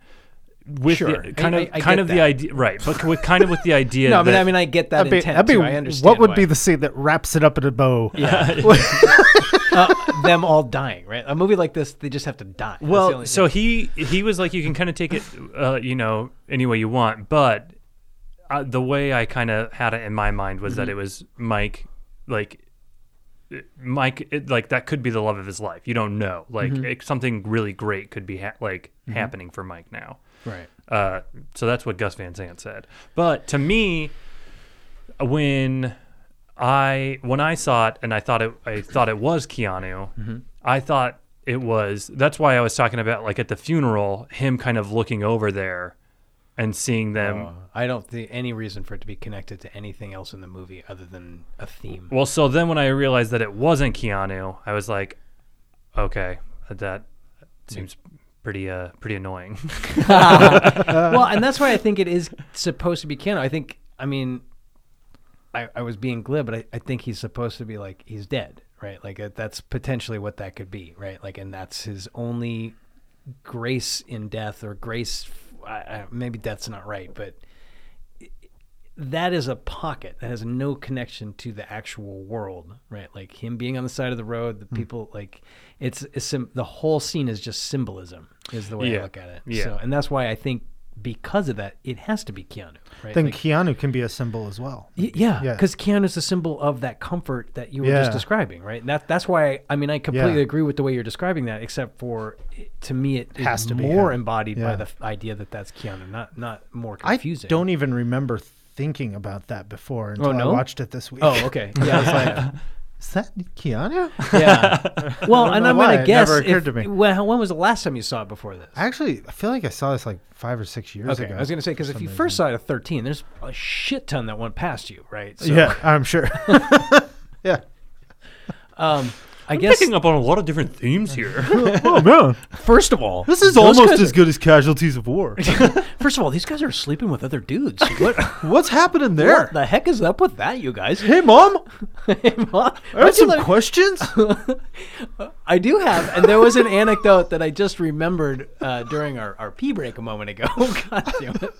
with
Sure.
the, kind
I-
of
I- I
kind
get
of the
that.
idea, right? But with kind of with the idea.
No, I mean,
that-
I mean, I get that
That'd be-
intent.
that'd be-
too. I understand.
what would
why.
be the scene that wraps it up in a bow
uh, them all dying? Right, a movie like this, they just have to die. That's the
Well,
only
so
thing.
he he was like, you can kind of take it, uh, you know, any way you want. But uh, the way I kind of had it in my mind was
Mm-hmm.
that it was Mike, like it- Mike, it, like that could be the love of his life. You don't know, like
Mm-hmm.
it, something really great could be ha- like happening for Mike now.
right.
Uh, so that's what Gus Van Sant said. But to me, when I when I saw it and I thought it I thought it was Keanu, I thought it was that's why I was talking about like at the funeral, him kind of looking over there and seeing
Uh-huh.
them
I don't see any reason for it to be connected to anything else in the movie other than a theme.
Well, so then when I realized that it wasn't Keanu, I was like, okay, that seems pretty uh pretty annoying.
Uh.
well, and that's why I think it is supposed to be Keanu. I think, I mean, I, I was being glib, but I, I think he's supposed to be like, he's dead, right? Like, uh, that's potentially what that could be, right? Like, and that's his only grace in death or grace. I, I, maybe that's not right, but that is a pocket that has no connection to the actual world, right? Like him being on the side of the road,
Hmm.
the people like it's, it's sim- the whole scene is just symbolism is the way
Yeah.
I look at it.
Yeah.
So, and that's why I think because of that, it has to be Keanu, right?
then
Like,
Keanu can be a symbol as well.
y- yeah,
yeah.
because Keanu's a symbol of that comfort that you were
Yeah.
just describing, right? And that that's why I mean I completely
Yeah.
agree with the way you're describing that, except for it, to me it is
Has to be
more
him.
embodied by
Yeah.
the f- idea that that's Keanu, not not more
I
confusing.
don't e-, even remember thinking about that before until I
no?
watched it this week.
Oh, okay. Yeah, it's like
Is that Keanu?
yeah. Well, and
know
I'm
why.
gonna
It
guess.
never occurred
if-
to me.
Well, when was the last time you saw it before this?
Actually, I feel like I saw this like five or six years
Okay,
ago.
I was gonna say because if you first saw it at 13, there's a shit ton that went past you, right? So,
Yeah, I'm sure. yeah.
Um, I guess
Picking up on a lot of different themes here.
Oh man,
first of all,
this is
those
almost
guys
as good as Casualties of War.
are- first of all, these guys are sleeping with other dudes. What,
What's happening there?
what the heck is up with that, you guys?
Hey mom,
Why'd
I have
you
some
let me-
questions.
I do have, and there was an anecdote that I just remembered uh, during our, our pee break a moment ago. God damn it.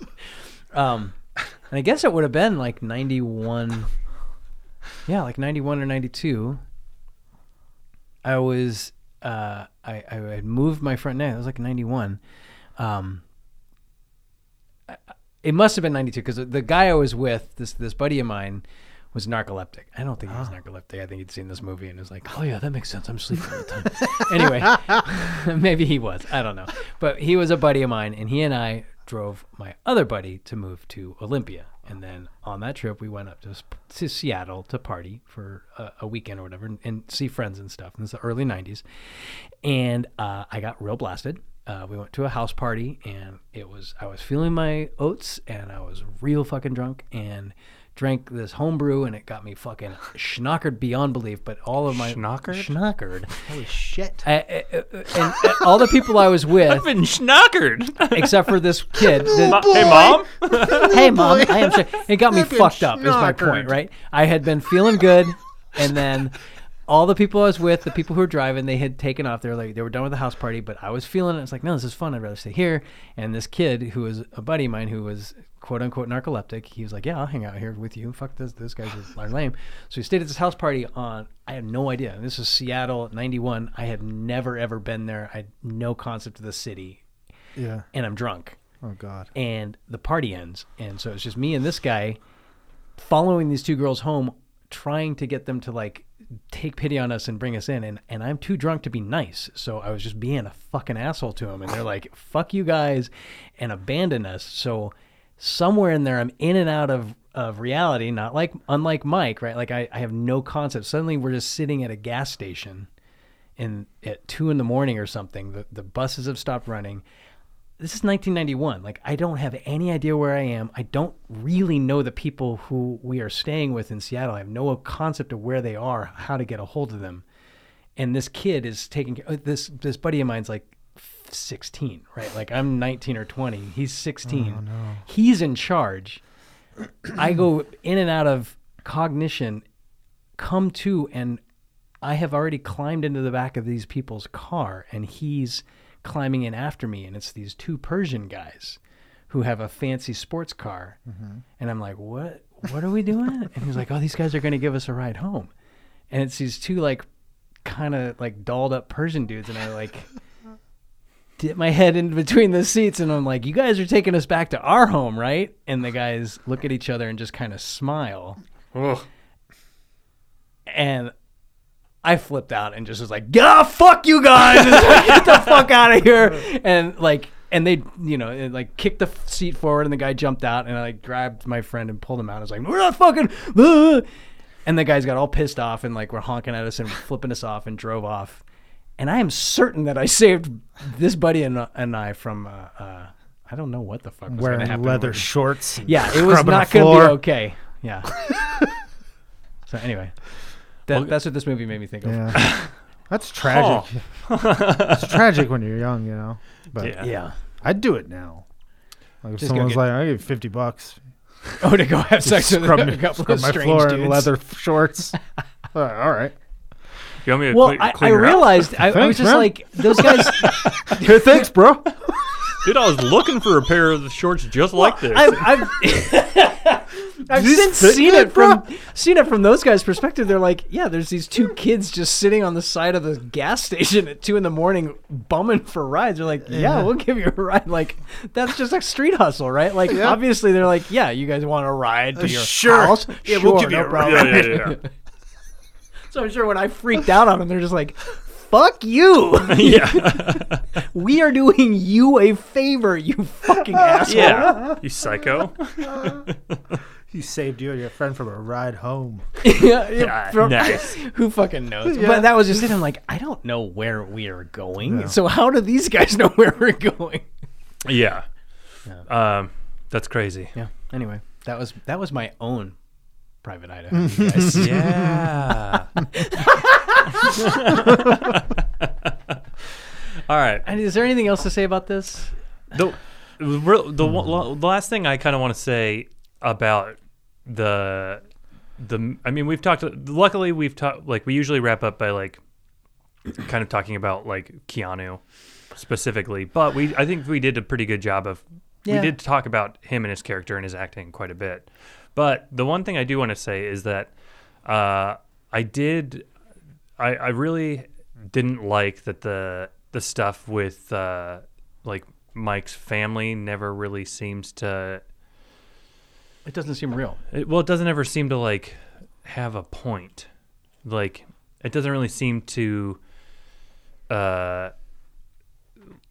Um, and I guess it would have been like 91. Yeah, like 91 or 92. I was, uh, I, I had moved my front neck. It was like 91. Um, I- it must have been 92 because the guy I was with, this this buddy of mine, was narcoleptic. I don't think he was narcoleptic. I think he'd seen this movie and was like, "Oh yeah, that makes sense. I'm sleeping all the time." anyway, maybe he was. I don't know. But he was a buddy of mine, and he and I drove my other buddy to move to Olympia. And then on that trip, we went up to, to Seattle to party for a, a weekend or whatever and, and see friends and stuff. And it's the early 90s. And uh, I got real blasted uh, we went to a house party and it was I was feeling my oats and I was real fucking drunk and drank this homebrew, and it got me fucking schnockered beyond belief. But all of my
Schnockered?
schnockered.
Holy shit.
I, I, I- and, and all the people I was with,
I've been schnockered.
except for this kid. the-
Ma- hey, mom.
hey mom, I am sure it got me
Fucking
fucked up. Is my point
schnockered.
right? I had been feeling good, and then all the people I was with, the people who were driving, they had taken off. They were like they were done with the house party, but I was feeling it. It's like no, this is fun. I'd rather stay here. And this kid who was a buddy of mine who was quote unquote narcoleptic, he was like, yeah, I'll hang out here with you. Fuck this, those guys are, are lame. So we stayed at this house party on. I had no idea. And this was Seattle '91. I had never ever been there. I had no concept of the city,
Yeah.
and I'm drunk
Oh god.
and the party ends. And so it's just me and this guy following these two girls home, trying to get them to like take pity on us and bring us in. And, and I'm too drunk to be nice. So I was just being a fucking asshole to them. And they're like, fuck you guys and abandon us. So somewhere in there, I'm in and out of, of reality, not like, unlike Mike, right? Like I, I have no concept. Suddenly we're just sitting at a gas station and at two in the morning or something, the, the buses have stopped running. This is 1991. Like, I don't have any idea where I am. I don't really know the people who we are staying with in Seattle. I have no concept of where they are, how to get a hold of them. And this kid is taking uh, this. This buddy of mine's like 16, right? Like I'm 19 or 20. He's 16. He's in charge. I go in and out of cognition, come to, and I have already climbed into the back of these people's car, and he's climbing in after me, and it's these two Persian guys who have a fancy sports car, and I'm like, what? What are we doing? and he's like, oh, these guys are going to give us a ride home, and it's these two like, kind of like dolled up Persian dudes, and I like. Dip my head in between the seats and I'm like, you guys are taking us back to our home, right? And the guys look at each other and just kind of smile. And I flipped out and just was like, "Yeah, fuck you guys! It's like, Get the fuck out of here!" And like, and they, you know, it, like kicked the f- seat forward, and the guy jumped out, and I like grabbed my friend and pulled him out. I was like, "We're not fucking!" uh." And the guys got all pissed off and like were honking at us and flipping us off and drove off. And I am certain that I saved this buddy and, and I from uh, uh, I don't know what the fuck was going to
Wearing
happen.
leather shorts. and
Yeah, it
scrubbing
was
the
not going to
floor.
be okay. Yeah. so anyway, that, that's what this movie made me think of.
Yeah. That's tragic. it's tragic when you're young, you know. But
Yeah.
Yeah.
I'd do it now. Like if
Just go
someone's
get-
like, I give fifty bucks,
Oh, to go have sex with
scrub,
a couple
scrub
of
my
strange
floor
dudes.
in leather shorts. Uh, all right.
You want me to
Well,
cle-
I, I
clean her up?
realized I, I was
Thanks,
just
man.
like those guys.
Hey, thanks, bro.
Dude, I was looking for a pair of shorts just like this.
I, I've, I've
These
since
thick
seen
good,
it from seen it from those guys' perspective. They're like, yeah, there's these two kids just sitting on the side of the gas station at two in the morning, bumming for rides. They're like, yeah, we'll give you a ride. Like, that's just a street hustle, right? Like, obviously, they're like, yeah, you guys want a ride to your
Uh, sure.
house?
Yeah, we'll
Sure,
give you
no
a
problem.
yeah, yeah, yeah.
So I'm sure when I freaked out on them, they're just like, "Fuck you! we are doing you a favor, you fucking asshole."
yeah. You psycho.
He saved you and your friend from a ride home.
Yeah, yeah, from-
nice.
Who fucking knows? But that was just it. I'm like, I don't know where we are going. So how do these guys know where we're going?
Yeah. Um, that's crazy.
Yeah. Anyway, that was that was my own private Idaho. you guys.
Yeah. All right.
And is there anything else to say about this?
the the, real- the, one- lo- the last thing I kind of want to say about the the I mean we've talked luckily we've talked like we usually wrap up by like kind of talking about like Keanu specifically but we I think we did a pretty good job of
Yeah.
we did talk about him and his character and his acting quite a bit but the one thing I do want to say is that uh, I did I, I really didn't like that the the stuff with uh, like Mike's family never really seems to
It doesn't seem real.
it, well it doesn't ever seem to like have a point like it doesn't really seem to uh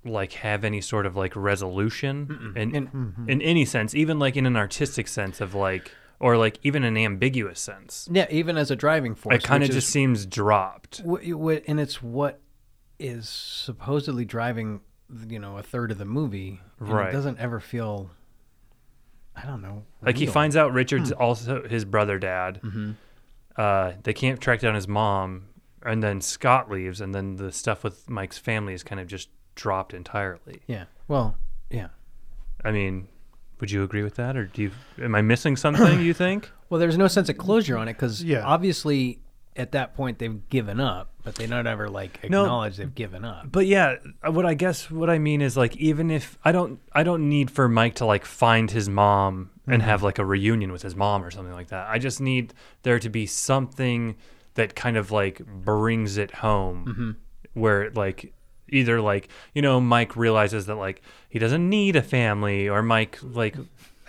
like have any sort of like resolution in in,
Mm-hmm.
any sense even like in an artistic sense of like or like even an ambiguous sense
Yeah, even as a driving force,
it kind of
which is
just seems dropped
Wh- wh- and it's what is supposedly driving you know a third of the movie and
Right.
it doesn't ever feel
I don't know.
Like he
real.
finds out Richard's
Hmm.
also his brother dad.
Mm-hmm.
Uh, they can't track down his mom, and then Scott leaves, and then the stuff with Mike's family is kind of just dropped entirely.
Yeah. Well, yeah.
I mean, would you agree with that, or do you? Am I missing something? you think?
Well, there's no sense of closure on it because
Yeah.
obviously at that point they've given up, but they don't ever like
No.
acknowledge they've given up.
But yeah, uh, what I guess what I mean is like even if I don't I don't need for Mike to like find his mom and have like a reunion with his mom or something like that. I just need there to be something that kind of like brings it home where it like either like, you know, Mike realizes that like he doesn't need a family or Mike like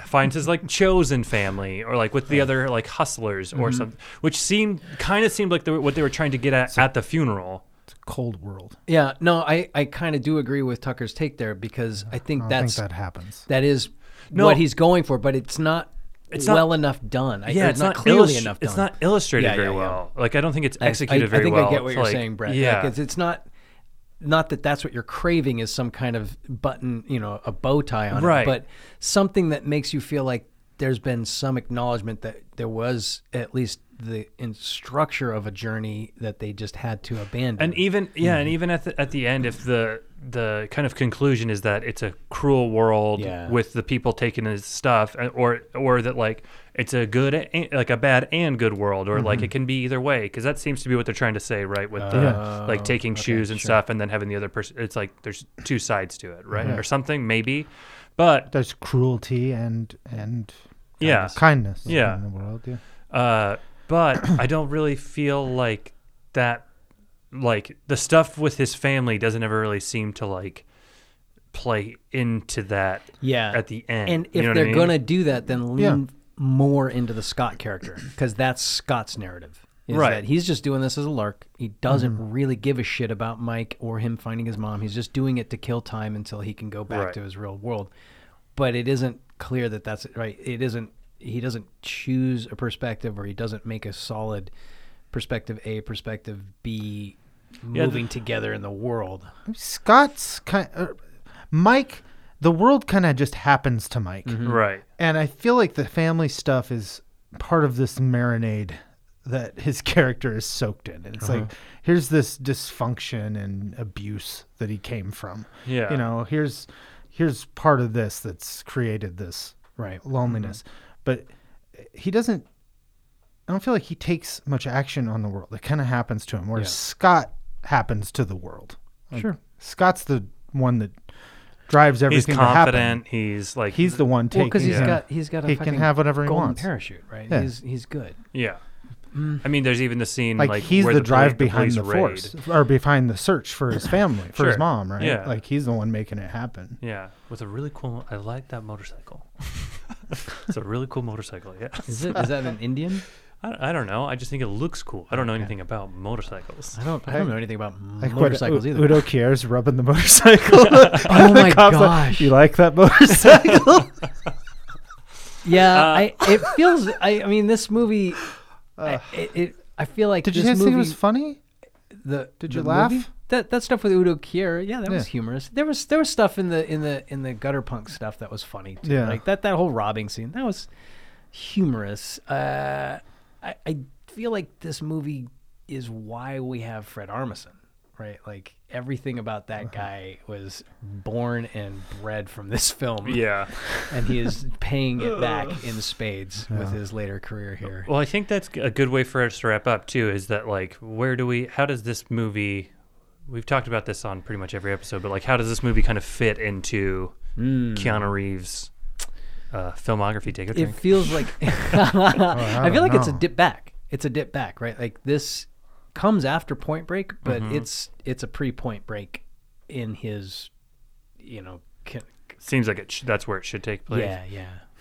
finds his like chosen family or like with the other like hustlers or something which seemed kind of seemed like the, what they were trying to get at at the funeral.
cold world.
Yeah. No, I I kind of do agree with Tucker's take there because I think
I don't
that's
think that happens.
that is
No.
what he's going for, but it's not.
It's not-
well enough done. I,
yeah,
or
it's not,
clearly
illus-
enough done.
It's not illustrated
Yeah, yeah,
very
yeah.
well. Like I don't think it's
I-
executed
I,
very
I think
well.
I get what
It's
you're
like-
saying, Brett.
Yeah,
Like, it's, it's not not that that's what you're craving is some kind of button, you know, a bow tie on
Right.
it, but something that makes you feel like there's been some acknowledgement that there was at least the in structure of a journey that they just had to abandon.
and even yeah, and
Hmm.
even at the, at the end, if the the kind of conclusion is that it's a cruel world
Yeah.
with the people taking his stuff, and- or or that like it's a good and, like a bad and good world, or
Mm-hmm.
like it can be either way, because that seems to be what they're trying to say, right? With the
Yeah.
like taking shoes and stuff, and then having the other person. It's like there's two sides to it,
Mm-hmm.
right, or something maybe, but
There's cruelty and and
Yeah.
kindness
Yeah.
in the world. Yeah.
Uh, but I don't really feel like that. Like the stuff with his family doesn't ever really seem to like play into that.
yeah.
at the end.
And
You
if
know what I
they're
mean?
gonna do that, then
Yeah.
lean more into the Scott character because that's Scott's narrative. Is
Right.
That he's just doing this as a lark. He doesn't really give a shit about Mike or him finding his mom. He's just doing it to kill time until he can go back
Right.
to his real world. But it isn't clear that that's right. It isn't. He doesn't choose a perspective, or he doesn't make a solid perspective A, perspective B,
the-
moving together in the world.
Scott's kind. Uh, Mike, the world kind of just happens to Mike,
Right.
and I feel like the family stuff is part of this marinade that his character is soaked in. And it's like
Uh-huh.
here's this dysfunction and abuse that he came from.
Yeah.
You know, here's here's part of this that's created this
Right.
loneliness.
Mm-hmm.
But he doesn't I don't feel like he takes much action on the world. It kind of happens to him. Whereas Scott happens to the world. sure. Scott's the one that drives
He's
everything to happen.
confident. He's like
He's the one taking
Well, because he's
it.
got he's got a
He
fucking
can have whatever he
golden
wants.
parachute, right?
Yeah.
He's he's good.
yeah. I mean, there's even the scene
Mm. Like,
like
he's
where
the, drive
poli-
behind
police
the
raid.
force or behind the search for his family, for his
Sure.
mom, right?
Yeah.
Like he's the one making it happen.
Yeah, with a really cool. I like that motorcycle. it's a really cool motorcycle. Yeah.
Is it? Is that an Indian?
I, I don't know. I just think it looks cool. I don't know anything about motorcycles.
I don't. I don't know anything about
Like what,
motorcycles
U-
either.
Udo Kier's rubbing the motorcycle.
oh my
Cops like,
gosh!
you like that motorcycle?
yeah,
Uh,
I. It feels. I. I mean, this movie. I, it, it. I feel like
Did you
this
guys
movie.
think it was funny?
the
Did
the
you laugh?
movie- That that stuff with Udo Kier, yeah, that was
Yeah.
humorous. There was there was stuff in the in the in the gutter punk stuff that was funny too.
Yeah.
Like that that whole robbing scene that was humorous. Uh, I I feel like this movie is why we have Fred Armisen, right? Like everything about
Uh-huh.
that guy was born and bred from this film,
Yeah.
and he is paying it back in spades with his later career here.
Well, I think that's a good way for us to wrap up too. Is that like where do we? How does this movie? We've talked about this on pretty much every episode, but like how does this movie kind of fit into
Hmm.
Keanu Reeves' uh, filmography? Take a
it
drink.
feels like I, feel
don't
like it's a
know.
dip back. It's a dip back, right? Like this comes after Point Break, but
Mm-hmm.
it's it's a pre Point Break in his, you know, ca-
Seems like it. Sh- that's where it should take place.
yeah,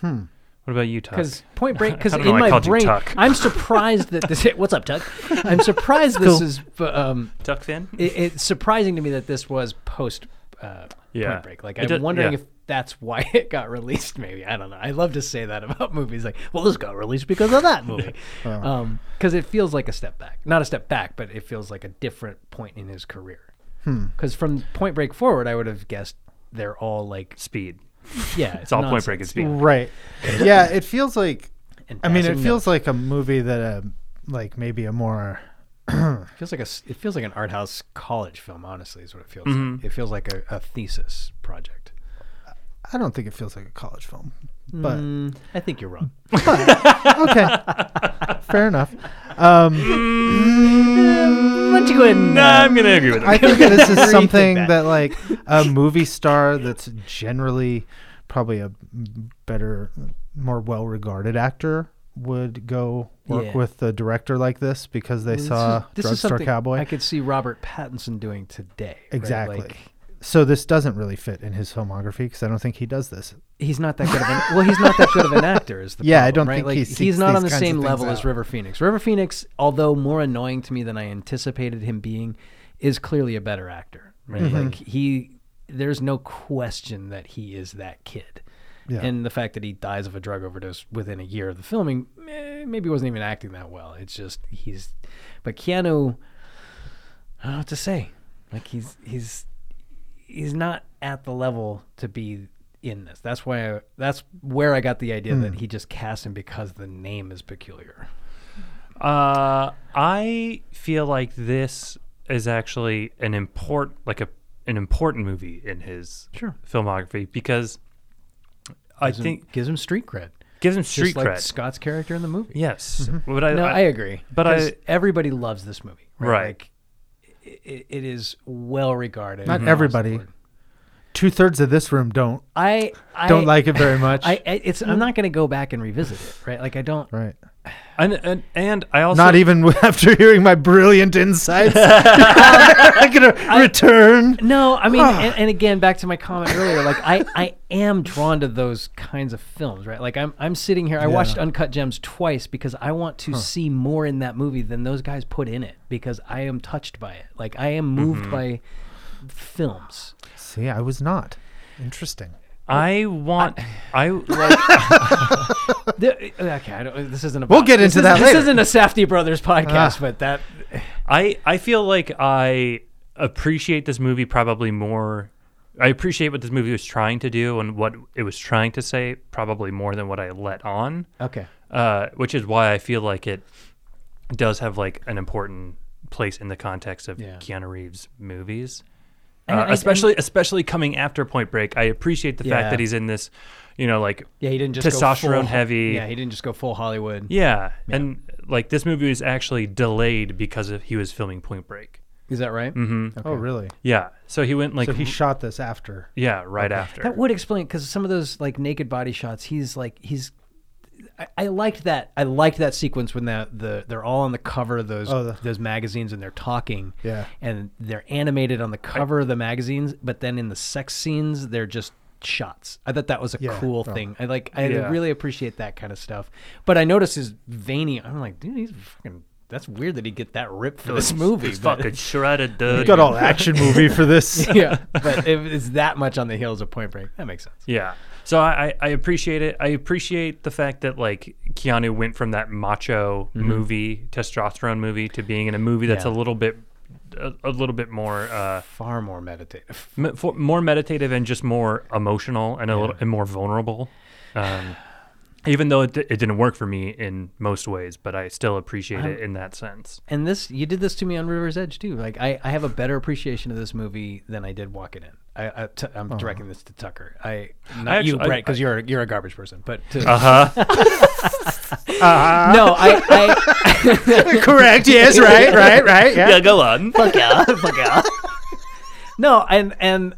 yeah.
What about you, Tuck?
Because Point Break, because
I
in
don't know why I
my
called you
brain,
Tuck.
I'm surprised that this. What's up, Tuck? I'm surprised this is. Um,
Tuck Finn?
it, it's surprising to me that this was post uh,
Yeah.
Point Break. Like
It
I'm
does-
wondering
yeah.
if that's why it got released. Maybe I don't know. I love to say that about movies. Like, well, this got released because of that movie, because it feels like a step back. Not a step back, but it feels like a different point Hmm. in his career. Because from Point Break forward, I would have guessed they're all like
Speed.
Yeah,
It's all Point
nonsense.
Break and Speed.
Right. Yeah, it feels like.
And
I mean, it
passing
feels like a movie that, uh, like maybe a more.
It feels like a s- it feels like an art house college film. Honestly, is what it feels
Mm-hmm.
like. It feels like a, a thesis project.
I don't think it feels like a college film, but
I think you're wrong.
okay, fair enough. Um,
Why don't you go ahead and uh,
Nah, I'm gonna agree with him.
I think this is something
that.
that. like a movie star that's generally probably a better, more well-regarded actor would go work
Yeah.
with a director like this because they saw
this is
Drugstore
something
Cowboy.
I could see Robert Pattinson doing today. right?
Exactly.
Like,
so this doesn't really fit in his filmography because I don't think he does this.
he's not that good of an well. He's not that good of an actor. Is the
Yeah, I
problem,
don't
right?
think
like,
he
he's
seeks
not on the
these kinds of
same
things
level as
out.
River Phoenix. River Phoenix, although more annoying to me than I anticipated him being, is clearly a better actor. Right?
Mm-hmm.
Like he, there's no question that he is that kid.
Yeah.
And the fact that he dies of a drug overdose within a year of the filming, eh, maybe he wasn't even acting that well. It's just he's, but Keanu, I don't know what to say. Like he's he's he's not at the level to be in this. That's why I, that's where I got the idea
Hmm.
that he just cast him because the name is peculiar.
Uh, I feel like this is actually an import, like a an important movie in his
Sure.
filmography because I
Gives him-
think
gives him street cred.
gives him
Just
street
like Mm-hmm.
cred.
Scott's character in the movie.
yes, But I,
No, I,
I-
agree.
but I-
'Cause everybody loves this movie. Right.
Right.
Like, it, it is well regarded.
Not
across the
everybody.
board.
Two thirds of this room don't
I, I
don't like it very much.
I, I it's I'm not going to go back and revisit it. Right. Like I don't.
right.
and, and and I also
Not even after hearing my brilliant insights. I'm gonna return.
No, I mean, and, and again, back to my comment earlier. Like, I, I am drawn to those kinds of films, right? Like, I'm, I'm sitting here. I watched Uncut Gems twice because I want to see more in that movie than those guys put in it because I am touched by it. Like, I am moved by films.
See, I was not. Interesting.
I want I like
The- uh, okay, I don't, this isn't.
We'll
about-
get
this
into
is-
that later.
This isn't a Safety Brothers podcast, but that
I I feel like I appreciate this movie probably more. I appreciate what this movie was trying to do and what it was trying to say probably more than what I let on.
okay.
uh, which is why I feel like it does have like an important place in the context of
Yeah.
Keanu Reeves movies,
And
uh,
I-
especially especially coming after Point Break. I appreciate the
Yeah.
fact that he's in this, you know, like
Yeah, he didn't just go
Testosterone
full-
heavy.
Yeah, he didn't just go full Hollywood.
yeah, and like this movie was actually delayed because of, he was filming Point Break.
Is that right? Mm-hmm.
Oh, really?
Yeah, so he went like
So he shot this after.
yeah right after.
That would explain because some of those like naked body shots, he's like he's. I, I liked that. I liked that sequence when the, the they're all on the cover of those
Oh, the-
those magazines and they're talking.
Yeah.
And they're animated on the cover of the magazines, but then in the sex scenes, they're just shots. I thought that was a
Yeah.
cool
Oh.
thing. I like. I
Yeah.
really appreciate that kind of stuff. But I noticed his veiny. I'm like, dude, he's fucking. That's weird that he get that rip for this movie.
He's
but-
fucking shredded, dude.
He got all action movie for this.
yeah, but if it's that much on the heels of Point Break, that makes sense.
Yeah. So I, I- I appreciate it. I appreciate the fact that like Keanu went from that macho movie, testosterone movie, to being in a movie that's
Yeah.
a little bit, a, a little bit more, uh,
Far more meditative.
me- for, more meditative and just more emotional and a little and more vulnerable. Um, even though it, di- it didn't work for me in most ways, but I still appreciate it in that sense.
and this you did this to me on River's Edge too. Like I, I have a better appreciation of this movie than I did walking in. I, I t- I'm directing this to Tucker. I not
Uh-huh. I
you,
actu- I-
Brett, because you're a- you're a garbage person. But to,
Uh huh.
no, I, I
Correct. Yes. Right. Right. Right. Yeah.
go on.
Fuck yeah, fuck yeah.
no, and and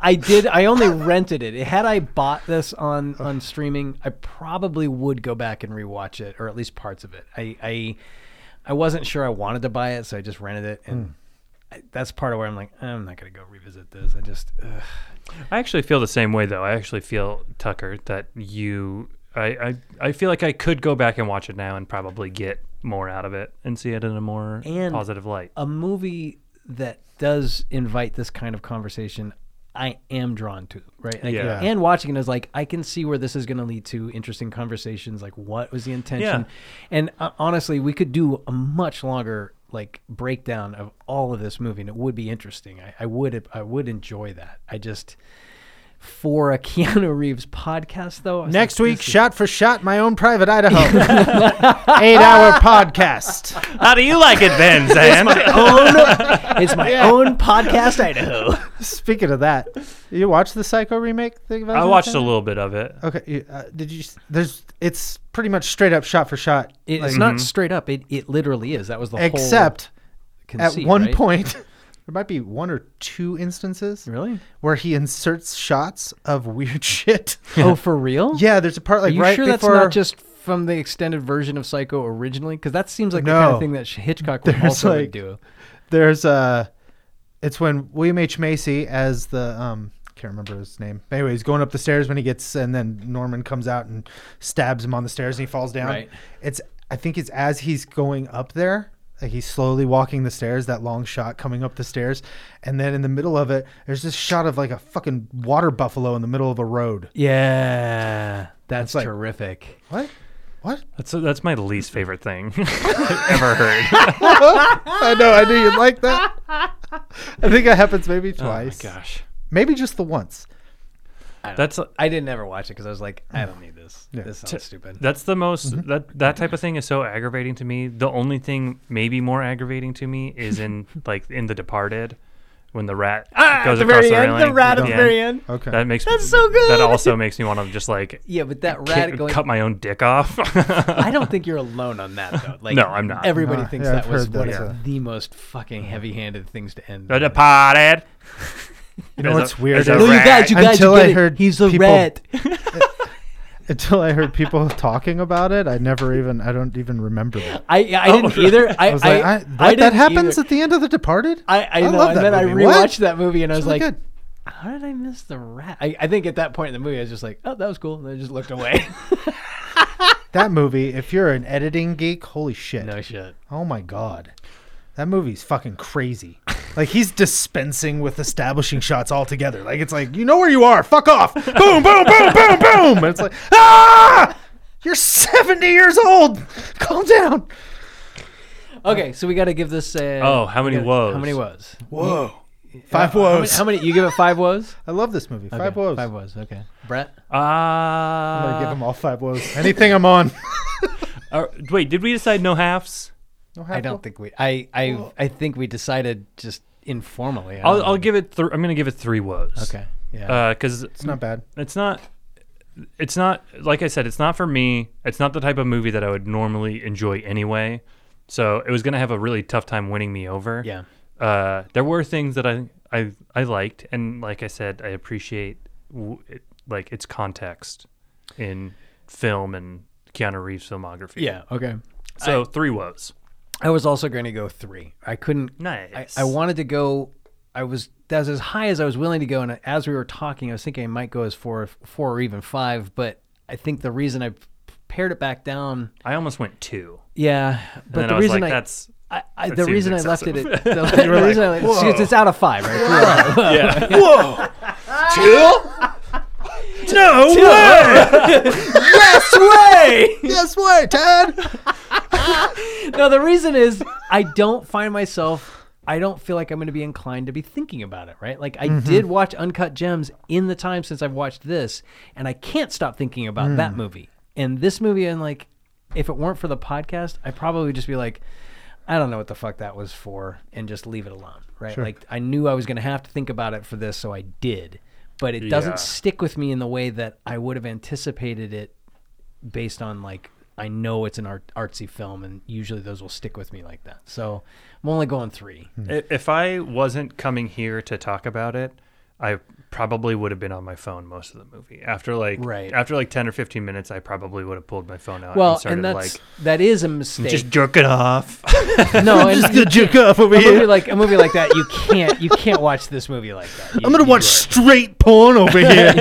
I did. I only rented it. Had I bought this on on streaming, I probably would go back and rewatch it, or at least parts of it. I I, I wasn't sure I wanted to buy it, so I just rented it, and I, that's part of where I'm like, I'm not gonna go revisit this. I just. Ugh.
I actually feel the same way though. I actually feel Tucker that you I, I I feel like I could go back and watch it now and probably get more out of it and see it in a more
And-
positive light.
a movie that does invite this kind of conversation I am drawn to, right? Like,
Yeah.
And watching it is like, I can see where this is going to lead to interesting conversations. Like, what was the intention?
Yeah.
And uh, honestly, we could do a much longer like breakdown of all of this movie, and it would be interesting. I, I would, I would enjoy that. I just for a Keanu Reeves podcast, though. I was
Next
like,
week,
this is-
shot for shot, my own private Idaho, eight-hour podcast.
How do you like it, Ben Zan?
it's my own podcast, Idaho.
Speaking of that, you watch the Psycho remake? Thing
I watched a little bit of it.
Okay, you- uh, did you? s- There's. It's pretty much straight up shot for shot.
It's
like- mm-hmm.
not straight up. It, it literally is. That was the
except
whole
at
conceit,
one
right?
point, there might be one or two instances
Really?
where he inserts shots of weird shit.
Oh, for real?
yeah, there's a part
Are
like
you
right
sure that's
before.
not just from the extended version of Psycho originally? Because that seems like the kind
No.
of thing that Hitchcock would
There's,
also
like-
would do.
there's uh it's when William H Macy as the um can't remember his name. Anyway, he's going up the stairs when he gets and then Norman comes out and stabs him on the stairs and he falls down.
Right.
It's I think it's as he's going up there, like he's slowly walking the stairs, that long shot coming up the stairs, and then in the middle of it, there's this shot of like a fucking water buffalo in the middle of a road.
Yeah, that's
like-
terrific.
What? What?
That's that's my least favorite thing I've ever heard.
I know, I knew you'd like that. I think it happens maybe
Oh
twice.
Gosh,
Maybe just the once.
that's
I didn't ever watch it because I was like, I don't need this. This sounds
T-
stupid.
That's the most
Mm-hmm.
that that type of thing is so aggravating to me. The only thing maybe more aggravating to me is in like in The Departed when the rat goes
Ah, the
across
very
the
end,
railing.
the rat at the very end.
Okay.
That makes
That's so good.
That also makes me want to just like
yeah, but that
ki-
rat going.
cut my own dick off.
I don't think you're alone on that though. Like,
No, I'm not.
Everybody
No,
thinks
yeah,
that
I've
was
heard that,
one
yeah.
of the most fucking heavy-handed things to end.
the Departed.
You know
As a-
what's weird?
as a
is-
no, you guys, you guys,
Until
you
I
get it.
heard
he's a
people-
rat.
until I heard people talking about it. I never even I don't even remember that.
I, I didn't either. I,
Oh. I was like, I,
I,
what,
I
that
didn't
happens
either.
at the end of The Departed.
I, I, know,
love
and
that
then
movie.
I rewatched
What?
that movie and I was
really
like,
good.
how did I miss the rat? I, I think at that point in the movie, I was just like, oh, that was cool. And I just looked away.
That movie, if you're an editing geek, holy shit!
no shit.
Oh my god, that movie's fucking crazy. Like he's dispensing with establishing shots altogether. Like it's like you know where you are. Fuck off. Boom, boom, boom, boom, boom. And it's like ah, you're seventy years old. Calm down.
Okay, so we got to give this. Uh,
Oh, how many
we
woes?
How many woes?
Whoa. Five
How many,
woes.
how many- You give it five woes?
I love this movie. Five
Okay,
woes.
Five woes. Okay. Brett.
I'm gonna give
Uh,
them all five woes. Anything I'm on.
uh, wait, did we decide no halves?
I don't think we. I I I think we decided just informally. I
I'll,
don't
I'll Uh,
know.
give it. Th- I'm gonna give it three woes.
Okay. Yeah.
Because
Um, it's not bad.
it's not it's not like i said it's not for me it's not the type of movie that i would normally enjoy anyway so it was going to have a really tough time winning me over
yeah.
uh, there were things that i i, I liked and like i said i appreciate w- it, like its context in film and keanu reeves filmography
Yeah. Okay.
so three woes
I was also going to go three. I couldn't.
Nice.
I, I wanted to go. I was that was as high as I was willing to go, and as we were talking, I was thinking I might go as four, four or even five. But I think the reason I pared it back down,
i almost went two
yeah.
and
But
then
the
i was
reason
like
I,
that's
I, I
that
the
seems
reason I left it,
excessive.
at, the, the reason I left, it's, it's out of five, right?
No
Sway!
Yes way, Ted.
no, the reason is I don't find myself. I don't feel like I'm going to be inclined to be thinking about it, right? Like I did watch Uncut Gems in the time since I've watched this, and I can't stop thinking about that movie and this movie. And like, if it weren't for the podcast, I'd probably just be like, I don't know what the fuck that was for, and just leave it alone, right? Like I knew I was going to have to think about it for this, so I did. But it doesn't
Yeah.
stick with me in the way that I would have anticipated it based on like I know it's an art, artsy film, and usually those will stick with me like that. So I'm only going three.
I- If I wasn't coming here to talk about it, I probably would have been on my phone most of the movie. After like
Right.
after like ten or fifteen minutes, I probably would have pulled my phone out
Well,
and started
and that's
like
that is a mistake.
just jerk it off.
no, and
the jerk off over
a movie like a movie like that, you can't you can't watch this movie like that. You-
I'm gonna
you
watch straight porn over here.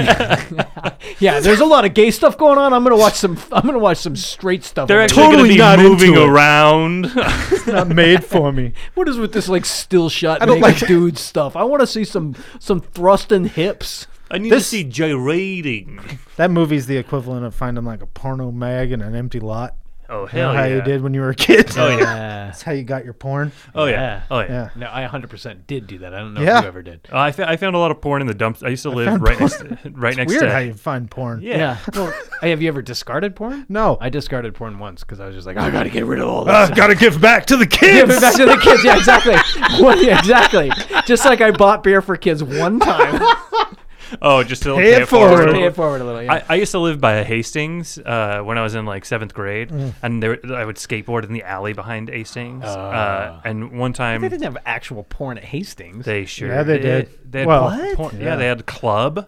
are- Yeah, there's a lot of gay stuff going on. I'm gonna watch some. I'm gonna watch some straight stuff.
They're
over
actually
Totally
gonna be
not
moving
into it.
around.
it's not made for me.
here. what is with this like still shot
don't
naked
like-
dude stuff? I want to see some some thrusting hips.
I need
This-
to see gyrating.
That movie's the equivalent of finding like a porno mag in an empty lot.
Oh
You know
hell
how
yeah!
you did when you were a kid.
Oh yeah!
Uh,
That's how you got your porn.
Oh yeah!
Yeah.
Oh yeah!
Yeah.
no, I 100% did do that. I don't know
Yeah.
if you ever did.
Uh, I, fa- I found a lot of porn in the dumps. I used to live
found
right next to, right next
Weird
to.
how you find porn.
yeah.
well, hey, have you ever discarded porn?
No.
I discarded porn once because I was just like, I gotta get rid of all this.
I've got to give back to the
Yeah,
kids.
but back to the kids. Yeah, exactly. What- yeah, exactly. Just like I bought beer for kids one time.
Oh, just to
Pay it forward.
Pay it forward a little. Yeah.
I, I used to live by Hastings uh, when I was in like seventh grade,
Mm.
and there I would skateboard in the alley behind Hastings. Uh,
Ah.
and one time
they didn't have actual porn at Hastings.
they sure
Yeah, um, they did.
They had
Well-
porn-
What?
porn- yeah.
Yeah.
they had club.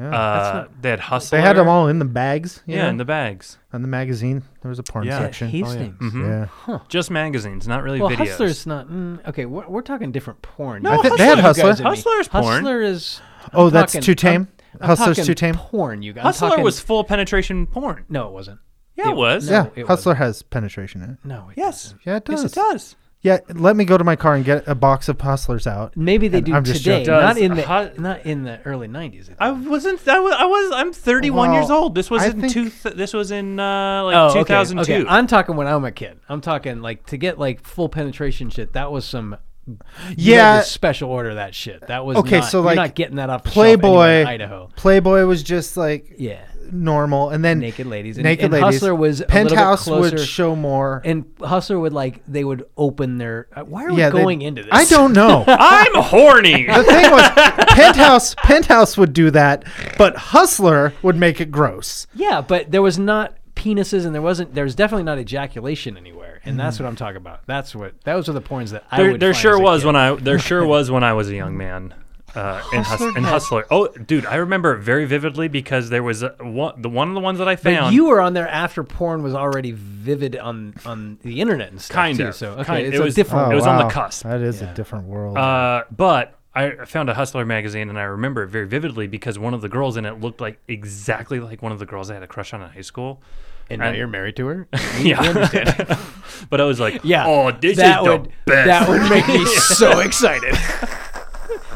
uh, they had hustler.
They had them all in the bags. you
Yeah,
know,
in the bags.
on the magazine. There was a porn
Yeah. Hmm.
section.
Hastings.
oh, Yeah. Mm-hmm.
Just magazines, not really
Well,
videos.
Hustler's not. Mm, okay, we're, we're talking different porn.
I thi- they
You
had
guys
Hustler.
and me.
Hustler's porn.
Hustler is. I'm
Oh, that's
talking-
too tame?
I'm- I'm
Hustler's
talking
too tame?
Porn, you guys. I'm
Hustler
talking-
was full penetration porn.
No, it wasn't.
Yeah, it was.
Yeah,
it
Hustler has penetration in it.
No. It
Yes.
wasn't.
Yeah, it does.
Yes, it does.
Yeah, let me go to my car and get a box of Hustlers out.
Maybe they
And
do
I'm just
today.
joking.
Not
Does
in the.
Hus-
not in the early '90s. I think.
I wasn't. I was. I was I'm 31 years
Well,
old. This was
I
in
think-
two. Th- this was in uh, like
Oh, okay,
2002.
Okay. I'm talking when I'm a kid. I'm talking like to get like full penetration shit. That was some. you had to
Yeah.
special order that shit. That was
Okay,
Not,
so,
you're
like,
not getting that off the shelf anywhere
Playboy.
in Idaho.
Playboy was just like
Yeah,
normal, and then
naked ladies. And,
Naked
and
ladies.
Hustler was a little bit
Penthouse would
closer-
show more.
and Hustler would like they would open their. uh, Why are we
yeah, they-
going into this?
I don't know.
I'm horny.
the thing was, Penthouse Penthouse would do that, but Hustler would make it gross.
Yeah, but there was not penises, and there wasn't. There was definitely not ejaculation anywhere, and that's what I'm talking about. That's what those are the porns that I.
Mm-hmm. there
would
there
find
sure
as a
was
kid.
when I there sure was when I was a young man. Uh, in, hus- in Hustler. Oh, dude, I remember it very vividly because there was a, one, the one of the ones that I
But
found.
you were on there after porn was already vivid on on the internet and stuff
kind
too.
of.
So okay,
kind,
it's
it
a
was Oh,
different.
It was on the
Oh, wow.
cusp.
That is a different world.
Uh, but I found a Hustler magazine and I remember it very vividly because one of the girls in it looked like exactly like one of the girls I had a crush on in high school.
and
now
now
and- you're
you're married to her.
Yeah. but I was like,
yeah.
oh, this
that
is
would
the best.
that would make me so excited.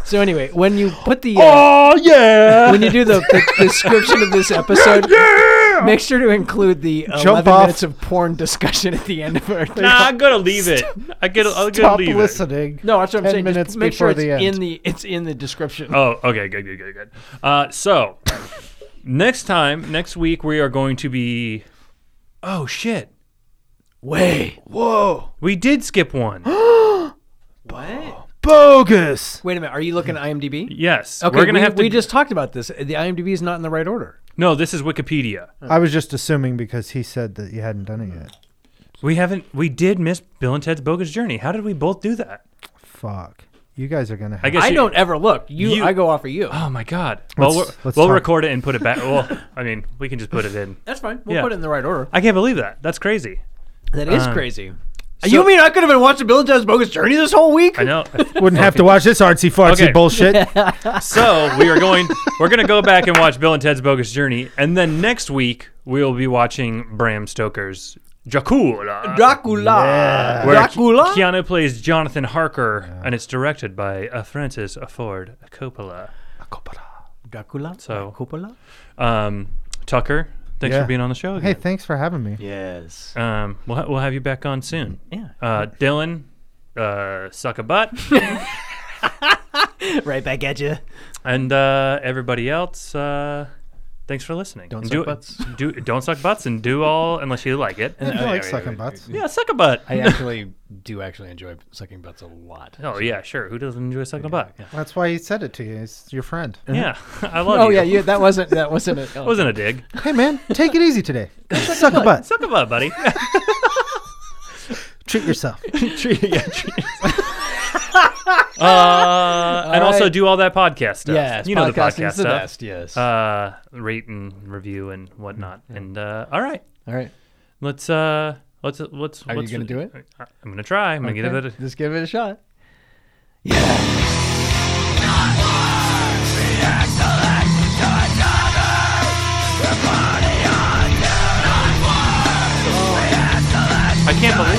so anyway, when you put the uh,
oh yeah.
when you do the, the description of this episode, make sure to include the
Jump
11
off.
minutes of porn discussion at the end of our.
Nah, I'm gonna leave it. I get. I'm gonna
Stop
leave it.
listening.
No, that's what I'm
10
saying.
minutes
Just make sure
before
it's
the end.
in the it's in the description.
Oh, okay, good, good, good, good. Uh, so next time, next week, we are going to be. Oh shit!
Way. Whoa.
We did skip one.
What?
Bogus.
Wait a minute. Are you looking at IMDb?
Yes.
Okay,
we're gonna
we,
have to.
we just talked about this. The IMDb is not in the right order.
no. This is Wikipedia.
I was just assuming because he said that you hadn't done it yet.
We haven't. We did miss Bill and Ted's Bogus Journey. How did we both do that?
Fuck. You guys are gonna. Have
I guess
I
you-
don't ever look. You,
you-
I go off of you.
Oh my god. Well,
Let's-
we're,
let's
we'll
talk.
record it and put it back. Well, I mean, we can just put it in.
That's fine. We'll
Yeah.
put it in the right order.
I can't believe that. That's crazy.
That is
Uh,
crazy. you mean I could have been watching Bill and Ted's Bogus Journey this whole week?
I know.
Wouldn't have to watch this artsy fartsy
Okay.
bullshit.
So we are going. We're going to go back and watch Bill and Ted's Bogus Journey, and then next week we'll be watching Bram Stoker's Dracula.
Dracula.
where
Dracula.
Ke- Keanu plays Jonathan Harker, and it's directed by uh, Francis Ford Coppola.
Dracula.
So-
Coppola.
Um, Tucker, thanks
Yeah.
for being on the show.
Hey,
Again.
thanks for having me.
Yes.
um, we'll, ha- we'll have you back on soon.
Yeah.
Uh, Dylan, uh, suck a butt,
Right back at you.
and uh, everybody else. Uh, Thanks for listening. Don't
suck
do,
butts.
Do, don't suck butts and do all unless you like it.
I like sucking butts.
Oh, Yeah, suck a butt.
I actually do actually enjoy sucking butts a lot.
Oh yeah, sure. Who doesn't enjoy sucking a butt? Yeah,
That's why he said it to you. It's your friend.
I love
Oh
you.
yeah, you, that wasn't that wasn't it. Oh.
Wasn't a dig.
Hey, man, take it easy today. Suck a butt.
Suck a butt, buddy.
Treat yourself.
oh.
Treat- yeah, treat- uh, and also
right.
do all that podcast stuff.
Yes,
you know the
podcasting's
podcast
the
stuff.
best, yes.
Uh, rate and review and whatnot. And uh, all right,
All right.
let's uh, let's let's.
Are you
let's-
gonna do it?
I- I'm gonna try. I'm gonna give
Okay,
it. A,
Just give it a shot.
I can't believe.